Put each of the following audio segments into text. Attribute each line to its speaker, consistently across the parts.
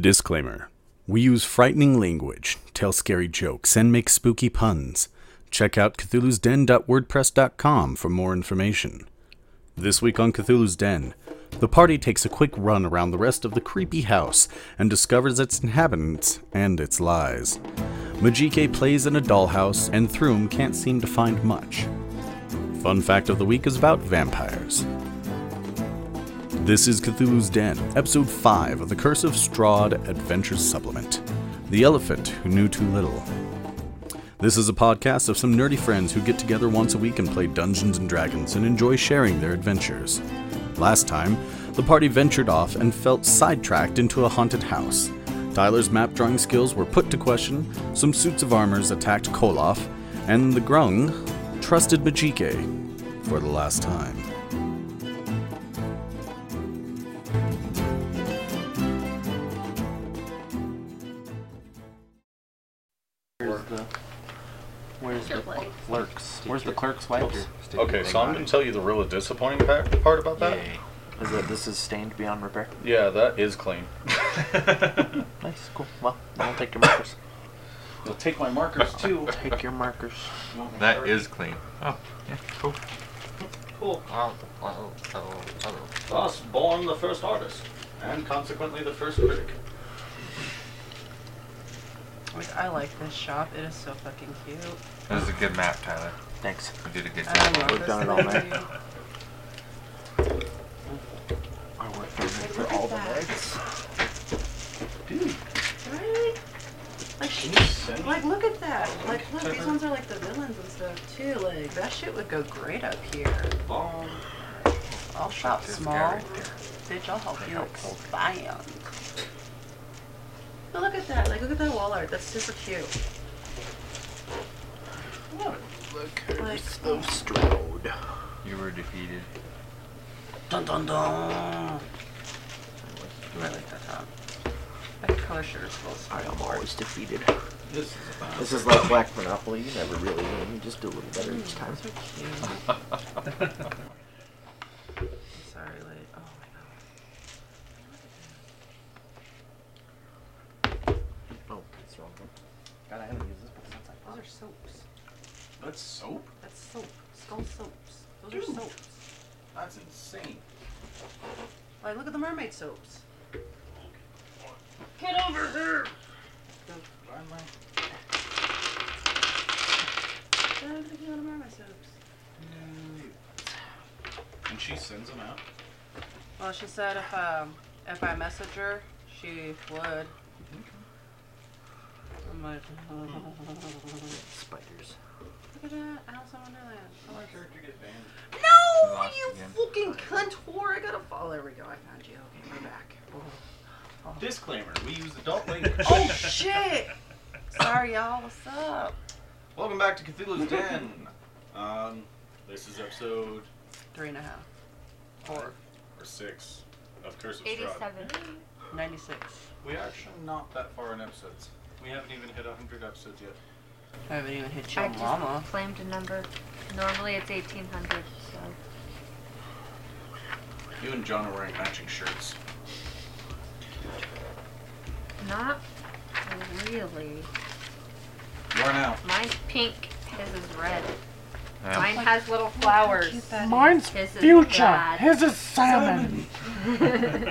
Speaker 1: Disclaimer We use frightening language, tell scary jokes, and make spooky puns. Check out Cthulhu's Cthulhu'sDen.wordpress.com for more information. This week on Cthulhu's Den, the party takes a quick run around the rest of the creepy house and discovers its inhabitants and its lies. Majike plays in a dollhouse, and Throom can't seem to find much. Fun fact of the week is about vampires. This is Cthulhu's Den, Episode 5 of the Curse of Strahd Adventures Supplement The Elephant Who Knew Too Little. This is a podcast of some nerdy friends who get together once a week and play Dungeons and Dragons and enjoy sharing their adventures. Last time, the party ventured off and felt sidetracked into a haunted house. Tyler's map drawing skills were put to question, some suits of armors attacked Koloff, and the Grung trusted Majike for the last time.
Speaker 2: Where's the where's
Speaker 3: Your
Speaker 2: the
Speaker 3: place.
Speaker 2: clerks? Where's the clerk's wife?
Speaker 4: Okay, so I'm gonna tell you the really disappointing part, part about that.
Speaker 2: Is that this is stained beyond repair?
Speaker 4: Yeah, that is clean.
Speaker 2: Nice, cool. Well, I'll take your markers.
Speaker 4: They'll take my markers too.
Speaker 2: Take your markers.
Speaker 5: That is clean. Oh, yeah, cool. Oh,
Speaker 4: Cool. Thus born the first artist, and consequently the first critic.
Speaker 3: Like, I like this shop. It is so fucking cute.
Speaker 5: That was a good map, Tyler.
Speaker 2: Thanks.
Speaker 5: You did a good
Speaker 3: I
Speaker 5: job.
Speaker 3: love
Speaker 2: We've
Speaker 3: this
Speaker 2: done it all
Speaker 3: thing.
Speaker 2: night. I work for, for
Speaker 3: Look at
Speaker 2: all the legs.
Speaker 3: that. Right? Like, she, like, look at that. Like, look, these ones are like the villains and stuff too. Like, that shit would go great up here.
Speaker 4: Long.
Speaker 3: I'll shop
Speaker 5: There's a guy
Speaker 3: small.
Speaker 5: right there.
Speaker 3: Bitch, I'll help you like, buy 'em. But look at that. Like, look at that wall art. That's super cute. Like,
Speaker 2: So Strode.
Speaker 5: You were defeated.
Speaker 2: Dun dun dun.
Speaker 3: I like that top. That color sure is full.
Speaker 2: I am always defeated.
Speaker 4: This is about.
Speaker 2: This is like Black Monopoly. You never really win. You just do a little better each time.
Speaker 3: So cute. Sorry, like, oh my god.
Speaker 2: Oh, it's the wrong one. God, I haven't used this before since I
Speaker 3: Those are soaps.
Speaker 4: That's soap?
Speaker 3: That's soap. Skull soaps. Those are
Speaker 4: Ew.
Speaker 3: soaps.
Speaker 4: That's insane.
Speaker 3: Like, look at the mermaid soaps. Get over here!
Speaker 4: Why am I-
Speaker 3: I don't think you want a mermaid soaps.
Speaker 4: And she sends them out.
Speaker 3: Well, she said if um if I message her, she would. I'm like,
Speaker 4: Hmm.
Speaker 2: Spiders.
Speaker 3: look at that, Alice in Wonderland.
Speaker 4: My character get banned.
Speaker 3: No,
Speaker 5: Lost
Speaker 3: you
Speaker 5: again.
Speaker 3: fucking cunt whore! I gotta follow. There we go. I found you. Okay, we're back.
Speaker 4: Disclaimer: We use adult language.
Speaker 3: Oh shit! Sorry, y'all. What's up?
Speaker 4: Welcome back to Cthulhu's Den. Um, this is episode
Speaker 3: Three and a half. Four.
Speaker 4: or six of Curse of Strahd.
Speaker 6: 87.
Speaker 3: 96.
Speaker 4: We're actually not that far in episodes. We haven't even hit 100 episodes yet.
Speaker 3: I haven't even hit your
Speaker 6: I
Speaker 3: Oh, mama.
Speaker 6: just claimed a number. Normally it's 1800, so.
Speaker 4: You and John are wearing matching shirts.
Speaker 6: Not really.
Speaker 4: You are now.
Speaker 6: Mine's pink, his is red.
Speaker 5: Yeah.
Speaker 6: Mine has little flowers.
Speaker 3: Mine's
Speaker 6: His is future.
Speaker 2: His is salmon.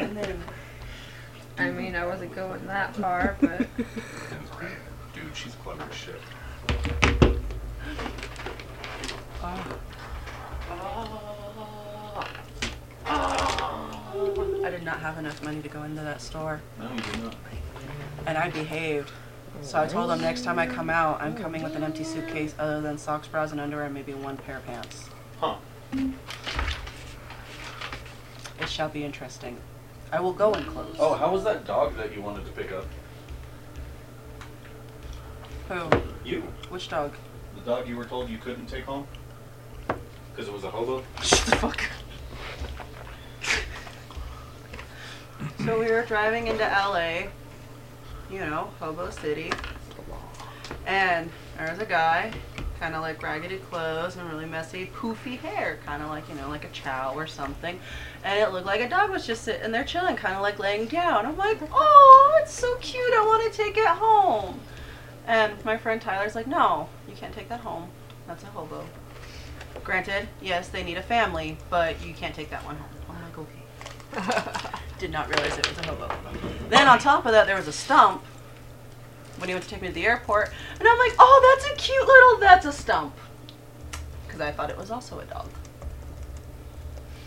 Speaker 6: I mean, I wasn't going that far, but
Speaker 4: Dude, she's clever as shit.
Speaker 3: I did not have enough money to go into that store,
Speaker 4: No, you do not.
Speaker 3: and I behaved. So I told them next time I come out, I'm coming with an empty suitcase other than socks, bras, and underwear, and maybe one pair of pants.
Speaker 4: Huh.
Speaker 3: It shall be interesting. I will go in clothes.
Speaker 4: Oh, how was that dog that you wanted to pick up?
Speaker 3: Who?
Speaker 4: You.
Speaker 3: Which dog?
Speaker 4: The dog you were told you couldn't take home? Because it was a hobo?
Speaker 3: Shut the fuck. so we were driving into LA, you know, Hobo City, and there was a guy, kind of like raggedy clothes and really messy, poofy hair, kind of like you know, like a chow or something, and it looked like a dog was just sitting there chilling, kind of like laying down. I'm like, oh, that's so cute. I want to take it home. And my friend Tyler's like, no, you can't take that home. That's a hobo. Granted, yes, they need a family, but you can't take that one home. I'm like, okay. Did not realize it was a hobo. Then on top of that, there was a stump when he went to take me to the airport, and I'm like, oh, that's a cute little, that's a stump, because I thought it was also a dog.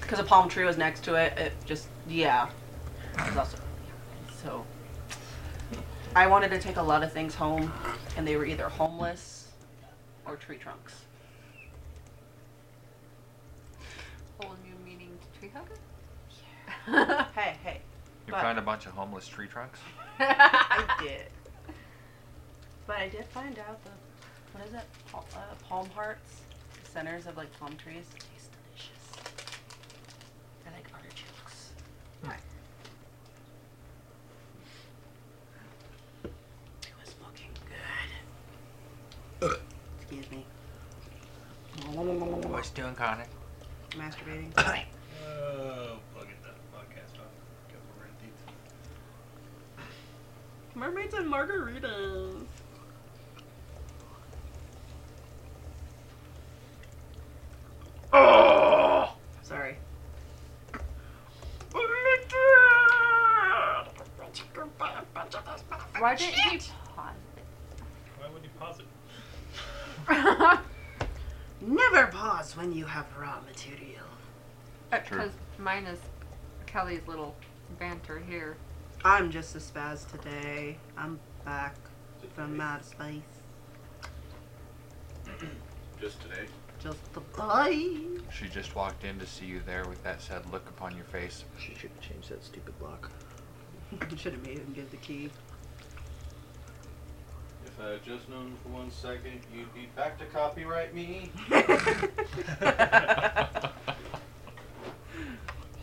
Speaker 3: Because a palm tree was next to it, it just yeah, it was also so. I wanted to take a lot of things home, and they were either homeless or tree trunks.
Speaker 6: Whole new meaning to tree hugger?
Speaker 3: Hey, hey,
Speaker 5: You
Speaker 3: But-
Speaker 5: find a bunch of homeless tree trunks?
Speaker 3: I did. But I did find out the what is it? Palm, uh, palm hearts, the centers of like palm trees, taste delicious. They're like artichokes. It was looking good. Excuse me.
Speaker 5: What's doing, Connor?
Speaker 3: Masturbating.
Speaker 4: Oh, plug it that podcast off. Get more in deep.
Speaker 3: Mermaids and margaritas.
Speaker 5: Oh!
Speaker 3: Sorry.
Speaker 6: Why didn't he pause
Speaker 4: Why would you pause it?
Speaker 6: it?
Speaker 3: Never pause when you have raw material.
Speaker 5: True.
Speaker 6: Because Uh, mine is Kelly's little banter here.
Speaker 3: I'm just a spaz today. I'm back from outer space.
Speaker 4: Just today.
Speaker 3: Just a boy.
Speaker 5: She just walked in to see you there with that sad look upon your face.
Speaker 2: She should have changed that stupid lock.
Speaker 3: Should have made him give the key.
Speaker 4: If I had just known for one second, you'd be back to copyright me.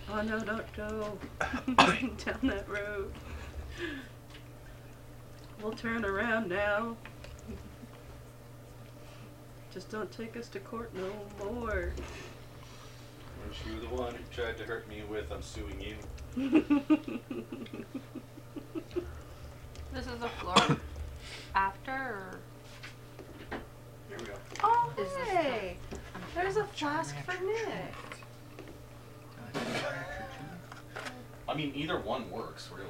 Speaker 3: Oh no, don't go down that road. We'll turn around now. Just don't take us to court no more.
Speaker 4: Weren't you the one who tried to hurt me with I'm suing you?
Speaker 6: This is a floor after or
Speaker 4: Here we go.
Speaker 3: oh,
Speaker 6: Is this
Speaker 3: hey! There's a flask for Nick.
Speaker 4: I mean, either one works, really.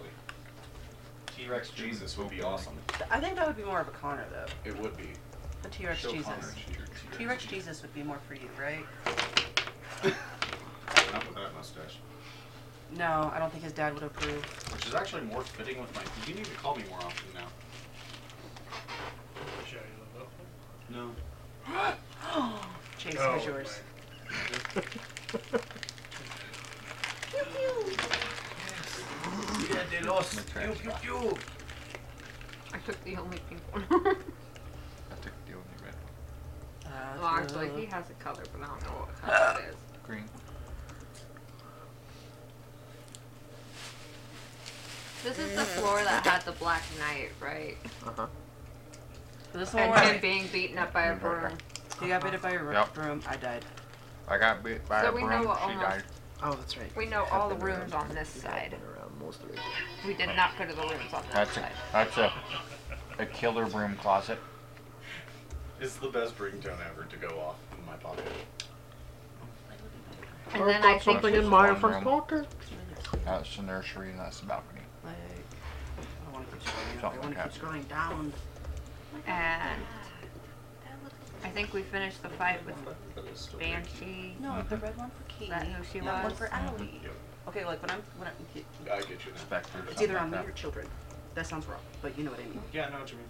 Speaker 4: T Rex Jesus would be awesome.
Speaker 3: I think that would be more of a Connor, though.
Speaker 4: It would be.
Speaker 3: A T Rex
Speaker 4: Show
Speaker 3: Jesus.
Speaker 4: Connor T-Rex.
Speaker 3: T Rex Jesus would be more for you, right?
Speaker 4: Not with that mustache.
Speaker 3: No, I don't think his dad would approve.
Speaker 4: Which is actually more fitting with my. You need to call me more often now. No.
Speaker 2: Oh,
Speaker 3: Chase, where's yours? Uh,
Speaker 4: Yeah, they
Speaker 5: My
Speaker 4: lost.
Speaker 5: trash box.
Speaker 6: I took the only pink one.
Speaker 5: I took the only red one.
Speaker 6: well, actually, he has a color, but I don't know what color it is.
Speaker 5: Green.
Speaker 6: This is the floor that had the Black Knight, right?
Speaker 3: This one,
Speaker 6: And him
Speaker 3: where
Speaker 6: being beaten up by a
Speaker 5: Remember.
Speaker 6: broom.
Speaker 3: he got bit by a ro-
Speaker 5: Yep.
Speaker 3: broom. I died.
Speaker 5: I got bit by
Speaker 6: So
Speaker 5: a
Speaker 6: we
Speaker 5: broom.
Speaker 6: know what
Speaker 5: she
Speaker 6: almost-
Speaker 5: died.
Speaker 2: Oh, that's right.
Speaker 6: We know
Speaker 2: I've
Speaker 6: all the
Speaker 2: been around.
Speaker 6: rooms on this side.
Speaker 2: Been around most of it.
Speaker 6: We did not go to the rooms on that
Speaker 5: That's a
Speaker 6: side.
Speaker 5: that's a a killer broom closet.
Speaker 4: It's the best ringtone ever to go off in my pocket.
Speaker 6: And then I think
Speaker 5: something in
Speaker 6: we-
Speaker 5: my front
Speaker 2: pocket.
Speaker 5: That's the nursery and that's the balcony.
Speaker 3: Like, I don't want to keep scrolling up. I
Speaker 5: Something
Speaker 3: want to keep scrolling down.
Speaker 6: and I think we finished the fight with Banshee.
Speaker 3: No,
Speaker 5: Mm-hmm.
Speaker 3: the red one for Kate.
Speaker 6: Is that who she
Speaker 3: That one
Speaker 6: was?
Speaker 3: for Allie. Okay, like when I'm when I'm,
Speaker 4: I get you now.
Speaker 5: Spectre.
Speaker 3: it's either on
Speaker 5: something
Speaker 3: me
Speaker 5: like
Speaker 3: or children. That sounds wrong, but you know what I mean.
Speaker 4: Yeah, I know what you mean.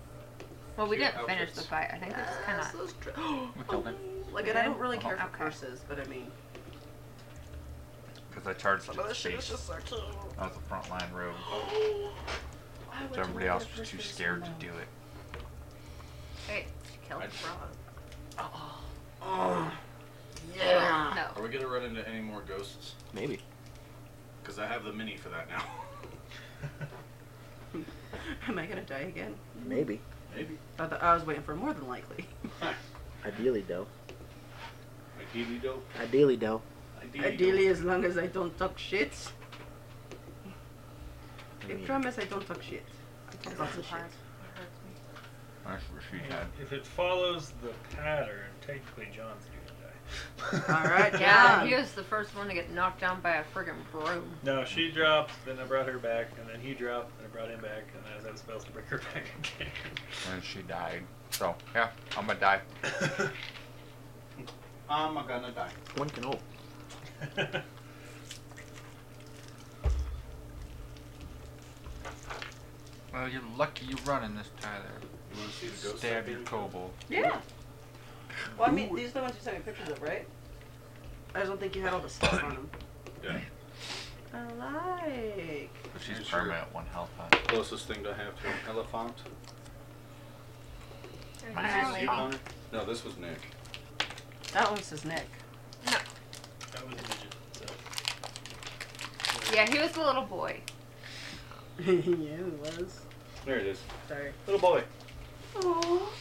Speaker 6: Well, we
Speaker 4: Cute
Speaker 6: didn't finish the
Speaker 4: outfits.
Speaker 6: fight. I think it's kind
Speaker 3: Yes,
Speaker 6: of.
Speaker 3: those dr-
Speaker 5: We killed him
Speaker 3: like, and I don't really
Speaker 5: Okay.
Speaker 3: care for curses, but I mean,
Speaker 5: because I charged
Speaker 3: some
Speaker 5: at
Speaker 3: of
Speaker 5: the
Speaker 3: this shit
Speaker 5: face.
Speaker 3: is just so cute.
Speaker 5: That was the frontline rogue.
Speaker 3: Why would
Speaker 5: So
Speaker 3: you
Speaker 5: everybody
Speaker 3: want
Speaker 5: else
Speaker 3: their
Speaker 5: was too
Speaker 3: first face
Speaker 5: scared to
Speaker 3: alone?
Speaker 5: do it.
Speaker 6: Hey, she killed
Speaker 4: I-
Speaker 6: the frog.
Speaker 3: Yeah.
Speaker 6: No.
Speaker 4: Are we gonna run into any more ghosts?
Speaker 2: Maybe.
Speaker 4: Because I have the mini for that now.
Speaker 3: Am I gonna die again?
Speaker 2: Maybe.
Speaker 4: Maybe.
Speaker 3: I, th- I was waiting for more than likely.
Speaker 2: Ideally, though.
Speaker 4: Ideally, though.
Speaker 2: Ideally, though.
Speaker 4: Ideally,
Speaker 3: Ideally, as long as I don't talk shit.
Speaker 2: I
Speaker 3: I
Speaker 2: mean,
Speaker 3: promise I don't talk shit.
Speaker 6: because
Speaker 7: Lots
Speaker 6: it's
Speaker 7: of
Speaker 6: hard.
Speaker 7: shit.
Speaker 6: It hurts
Speaker 5: That's
Speaker 6: me.
Speaker 5: what she
Speaker 8: Yeah,
Speaker 5: said.
Speaker 8: If it follows the pattern, technically John's gonna die.
Speaker 3: All right,
Speaker 6: Yeah,
Speaker 3: John.
Speaker 6: he was the first one to get knocked down by a friggin' broom.
Speaker 8: No, she dropped, then I brought her back, and then he dropped, and I brought him back, and I was out of spells to bring her back
Speaker 5: And she died. So yeah, I'm gonna die.
Speaker 9: I'm gonna die.
Speaker 7: One can hope.
Speaker 8: again.
Speaker 5: Well, you're lucky you're running this, Tyler.
Speaker 9: You wanna see the ghost?
Speaker 5: Stab
Speaker 9: up
Speaker 5: your
Speaker 9: here?
Speaker 5: kobold.
Speaker 3: Yeah. Well, I mean, these are the ones you sent me pictures of, right? I just don't think you had all the stuff on them.
Speaker 9: Yeah.
Speaker 3: I like.
Speaker 5: But she's
Speaker 9: Here's your-
Speaker 5: permanent one health on.
Speaker 9: Closest thing to have to an elephant.
Speaker 6: Alright.
Speaker 9: Is it you, Connor? No, this was Nick.
Speaker 3: That one says Nick.
Speaker 8: that was a midget, so.
Speaker 6: Yeah, he was the little boy.
Speaker 3: yeah, it was.
Speaker 9: There it is.
Speaker 3: Sorry.
Speaker 8: Little boy.
Speaker 3: Oh.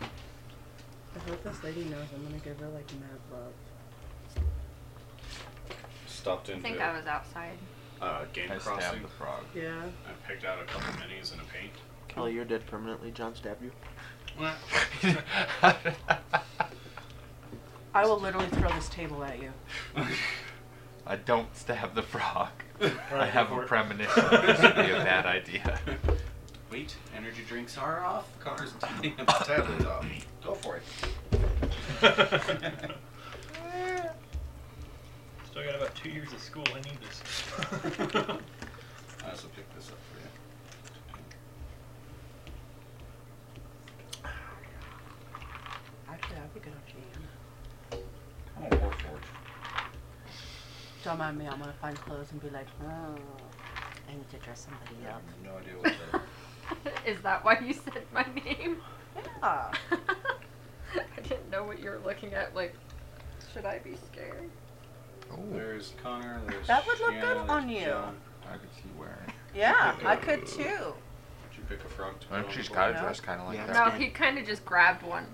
Speaker 3: I hope this lady knows I'm gonna give her like mad love.
Speaker 9: Stopped
Speaker 6: I
Speaker 9: into
Speaker 6: think I was outside.
Speaker 9: uh, Game
Speaker 5: I
Speaker 9: Crossing.
Speaker 5: stabbed the frog.
Speaker 3: Yeah.
Speaker 9: I picked out a couple minis and a paint.
Speaker 2: Oh,
Speaker 7: Kelly, you're dead permanently. John stabbed you.
Speaker 3: I will literally throw this table at you.
Speaker 5: I don't stab the frog. I
Speaker 8: Alright,
Speaker 5: have
Speaker 8: go
Speaker 5: a
Speaker 8: for it.
Speaker 5: premonition this would be a bad idea.
Speaker 9: Wait, energy drinks are off. Connor's eating a tablet off. Go for it.
Speaker 8: Still got about two years of school. I need this.
Speaker 9: I also picked this up for you.
Speaker 3: Actually, I would get a
Speaker 5: I'm a warforged.
Speaker 3: can. Don't mind me. I'm gonna find clothes and be like, oh, I need to dress somebody
Speaker 9: I
Speaker 3: up.
Speaker 9: have no idea what that
Speaker 6: Is that why you said my name?
Speaker 3: Yeah.
Speaker 6: I didn't know what you were looking at. Like, should I be scared?
Speaker 9: There's Connor. There's
Speaker 3: That would look
Speaker 9: Shanna,
Speaker 3: good
Speaker 9: there's
Speaker 3: on you.
Speaker 9: John.
Speaker 5: I could see wearing it.
Speaker 3: Yeah, I could too.
Speaker 9: Did you pick a frog to put
Speaker 5: Well,
Speaker 9: on
Speaker 5: she's
Speaker 9: the
Speaker 5: got
Speaker 9: board?
Speaker 5: to dress kind of like
Speaker 7: Yeah.
Speaker 5: that.
Speaker 6: no,
Speaker 7: good.
Speaker 6: he kind of just grabbed one.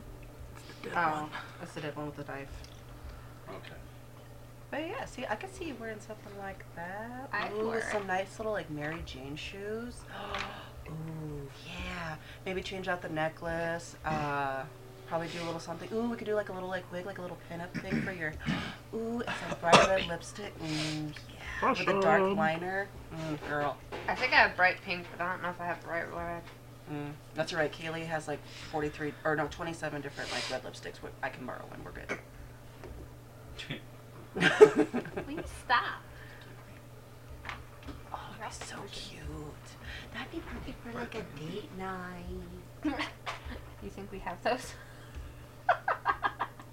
Speaker 3: Oh, that's the dead one with the knife.
Speaker 9: Okay.
Speaker 3: But yeah, see, I could see you wearing something like that.
Speaker 6: I'd
Speaker 3: Ooh,
Speaker 6: wear
Speaker 3: with
Speaker 6: it.
Speaker 3: some nice little like Mary Jane shoes. Ooh, yeah. Maybe change out the necklace. Uh, probably do a little something. Ooh, we could do like a little like wig, like a little pinup thing for your. Ooh, and some bright red lipstick. Mm, yeah. With a dark
Speaker 7: Awesome.
Speaker 3: liner. Mm, girl.
Speaker 6: I think I have bright pink, but I don't know if I have bright red.
Speaker 3: Mm. That's all right. Kaylee has like 43 or no, 27 different like red lipsticks. Wh- I can borrow one. We're good.
Speaker 6: Please stop.
Speaker 3: Oh, that'd be so cute. That'd be perfect for like a date night.
Speaker 6: you think we have those?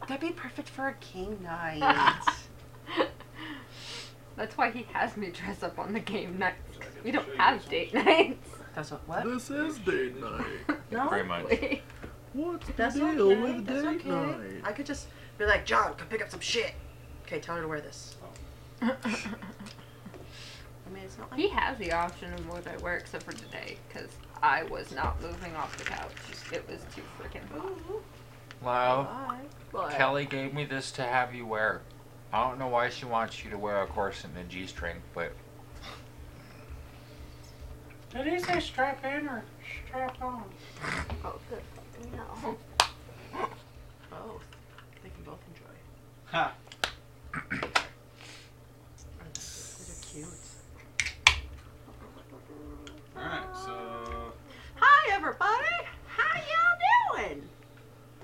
Speaker 3: That'd be perfect for a king night.
Speaker 6: That's why he has me dress up on the game nights.
Speaker 9: Would you like it
Speaker 6: We
Speaker 9: to
Speaker 6: don't
Speaker 9: show you
Speaker 6: have
Speaker 9: this
Speaker 6: date nights.
Speaker 3: That's what? What?
Speaker 7: This is date night.
Speaker 3: No.
Speaker 5: Pretty much.
Speaker 6: Wait.
Speaker 7: What's the
Speaker 3: That's
Speaker 7: deal
Speaker 3: okay.
Speaker 7: with
Speaker 3: That's
Speaker 7: date
Speaker 3: okay.
Speaker 7: night?
Speaker 3: I could just be like, John, come pick up some shit. Okay, tell her to wear this.
Speaker 7: Oh.
Speaker 3: I mean, it's not like
Speaker 6: he has the option of what I wear except for today, because I was not moving off the couch. It was too freaking hot.
Speaker 3: Ooh,
Speaker 5: Wow.
Speaker 3: bye.
Speaker 6: But
Speaker 5: Kelly gave me this to have you wear. I don't know why she wants you to wear a corset and a g-string, but
Speaker 9: Did he say strap in or strap on?
Speaker 6: Oh, good. fucking hell.
Speaker 3: Both. They can both enjoy.
Speaker 9: Ha!
Speaker 3: Oh, that's so- They're cute.
Speaker 9: Alright, so.
Speaker 3: Hi, everybody. How y'all doing?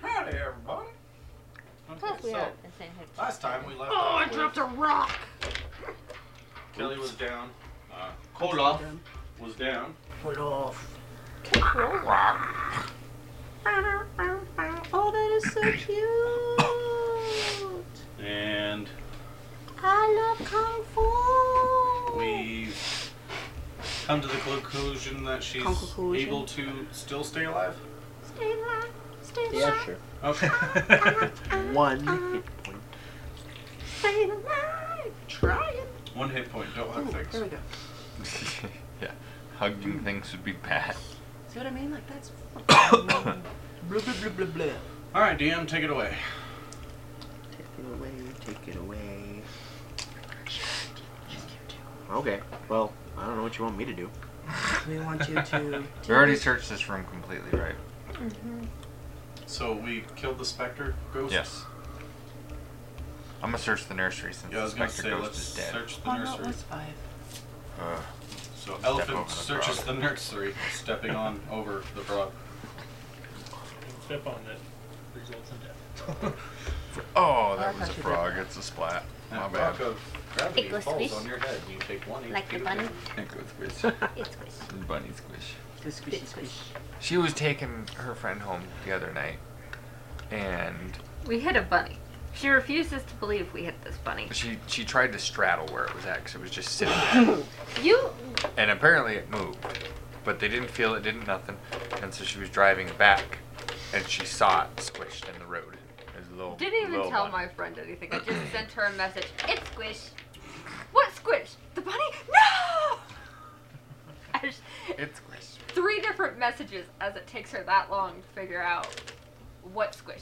Speaker 9: Howdy, everybody!
Speaker 6: Plus,
Speaker 9: Okay,
Speaker 6: we
Speaker 9: so
Speaker 6: have the same head.
Speaker 9: last time we left. Oh, I dropped a rock! Kelly was down. Uh, Koloff was down.
Speaker 7: Put off.
Speaker 3: Oh, that is so cute.
Speaker 9: And
Speaker 3: I love kung fu.
Speaker 9: we've come to the conclusion that she's
Speaker 3: Conclusion.
Speaker 9: able to still stay alive.
Speaker 3: Stay alive. Stay alive.
Speaker 7: Yeah, sure.
Speaker 9: Okay.
Speaker 2: Uh,
Speaker 7: One hit point.
Speaker 3: Stay alive. Try it.
Speaker 9: One hit point, don't
Speaker 7: Oh,
Speaker 9: hug
Speaker 3: Ooh, there we
Speaker 9: things.
Speaker 3: go.
Speaker 5: yeah, hugging things would be bad.
Speaker 3: See what I mean? Like that's.
Speaker 7: Blah, blah, blah, blah, blah.
Speaker 9: Alright, DM, take it away.
Speaker 7: Take it away, take it away. Okay, well,
Speaker 2: I don't know what you want me to do.
Speaker 3: We want you to.
Speaker 5: We already searched this room completely, right?
Speaker 10: Mm-hmm.
Speaker 9: So we killed the specter ghost.
Speaker 5: Yes. I'm gonna search the nursery since
Speaker 9: Yeah, I
Speaker 5: the
Speaker 9: was gonna
Speaker 5: Spectre
Speaker 9: say
Speaker 5: Ghost
Speaker 9: let's
Speaker 5: is dead.
Speaker 9: search the
Speaker 3: Oh, no, it
Speaker 9: nursery.
Speaker 3: was five.
Speaker 5: Ugh.
Speaker 9: So
Speaker 5: over
Speaker 9: elephant
Speaker 5: the
Speaker 9: searches
Speaker 5: frog.
Speaker 9: the nursery, stepping on over the frog.
Speaker 8: Step on that results in death.
Speaker 5: Oh, that
Speaker 3: I
Speaker 5: was
Speaker 3: thought
Speaker 5: a
Speaker 3: you did
Speaker 5: frog.
Speaker 3: that.
Speaker 5: It's a splat.
Speaker 9: And
Speaker 5: My
Speaker 9: rock
Speaker 5: bad.
Speaker 9: of gravity
Speaker 10: It goes
Speaker 9: falls
Speaker 10: whiz.
Speaker 9: on your head. You take one.
Speaker 10: Like
Speaker 9: HP
Speaker 10: the
Speaker 9: damage.
Speaker 10: bunny.
Speaker 5: It goes squish.
Speaker 10: It's good.
Speaker 5: Bunny squish.
Speaker 3: Squish, squish,
Speaker 10: It's
Speaker 3: squish.
Speaker 10: squish.
Speaker 5: She was taking her friend home the other night, and
Speaker 6: We hit a bunny. She refuses to believe we hit this bunny.
Speaker 5: she she tried to straddle where it was at because it was just sitting there,
Speaker 6: You
Speaker 5: and apparently it moved, but they didn't feel it, didn't nothing, and so she was driving back, and she saw it squished in the road. It was a little.
Speaker 6: didn't even
Speaker 5: little
Speaker 6: tell
Speaker 5: bunny.
Speaker 6: my friend anything. I just sent her a message. It's squish. What squish? The bunny? No! I just-
Speaker 5: It's squished.
Speaker 6: three different messages as it takes her that long to figure out what squish.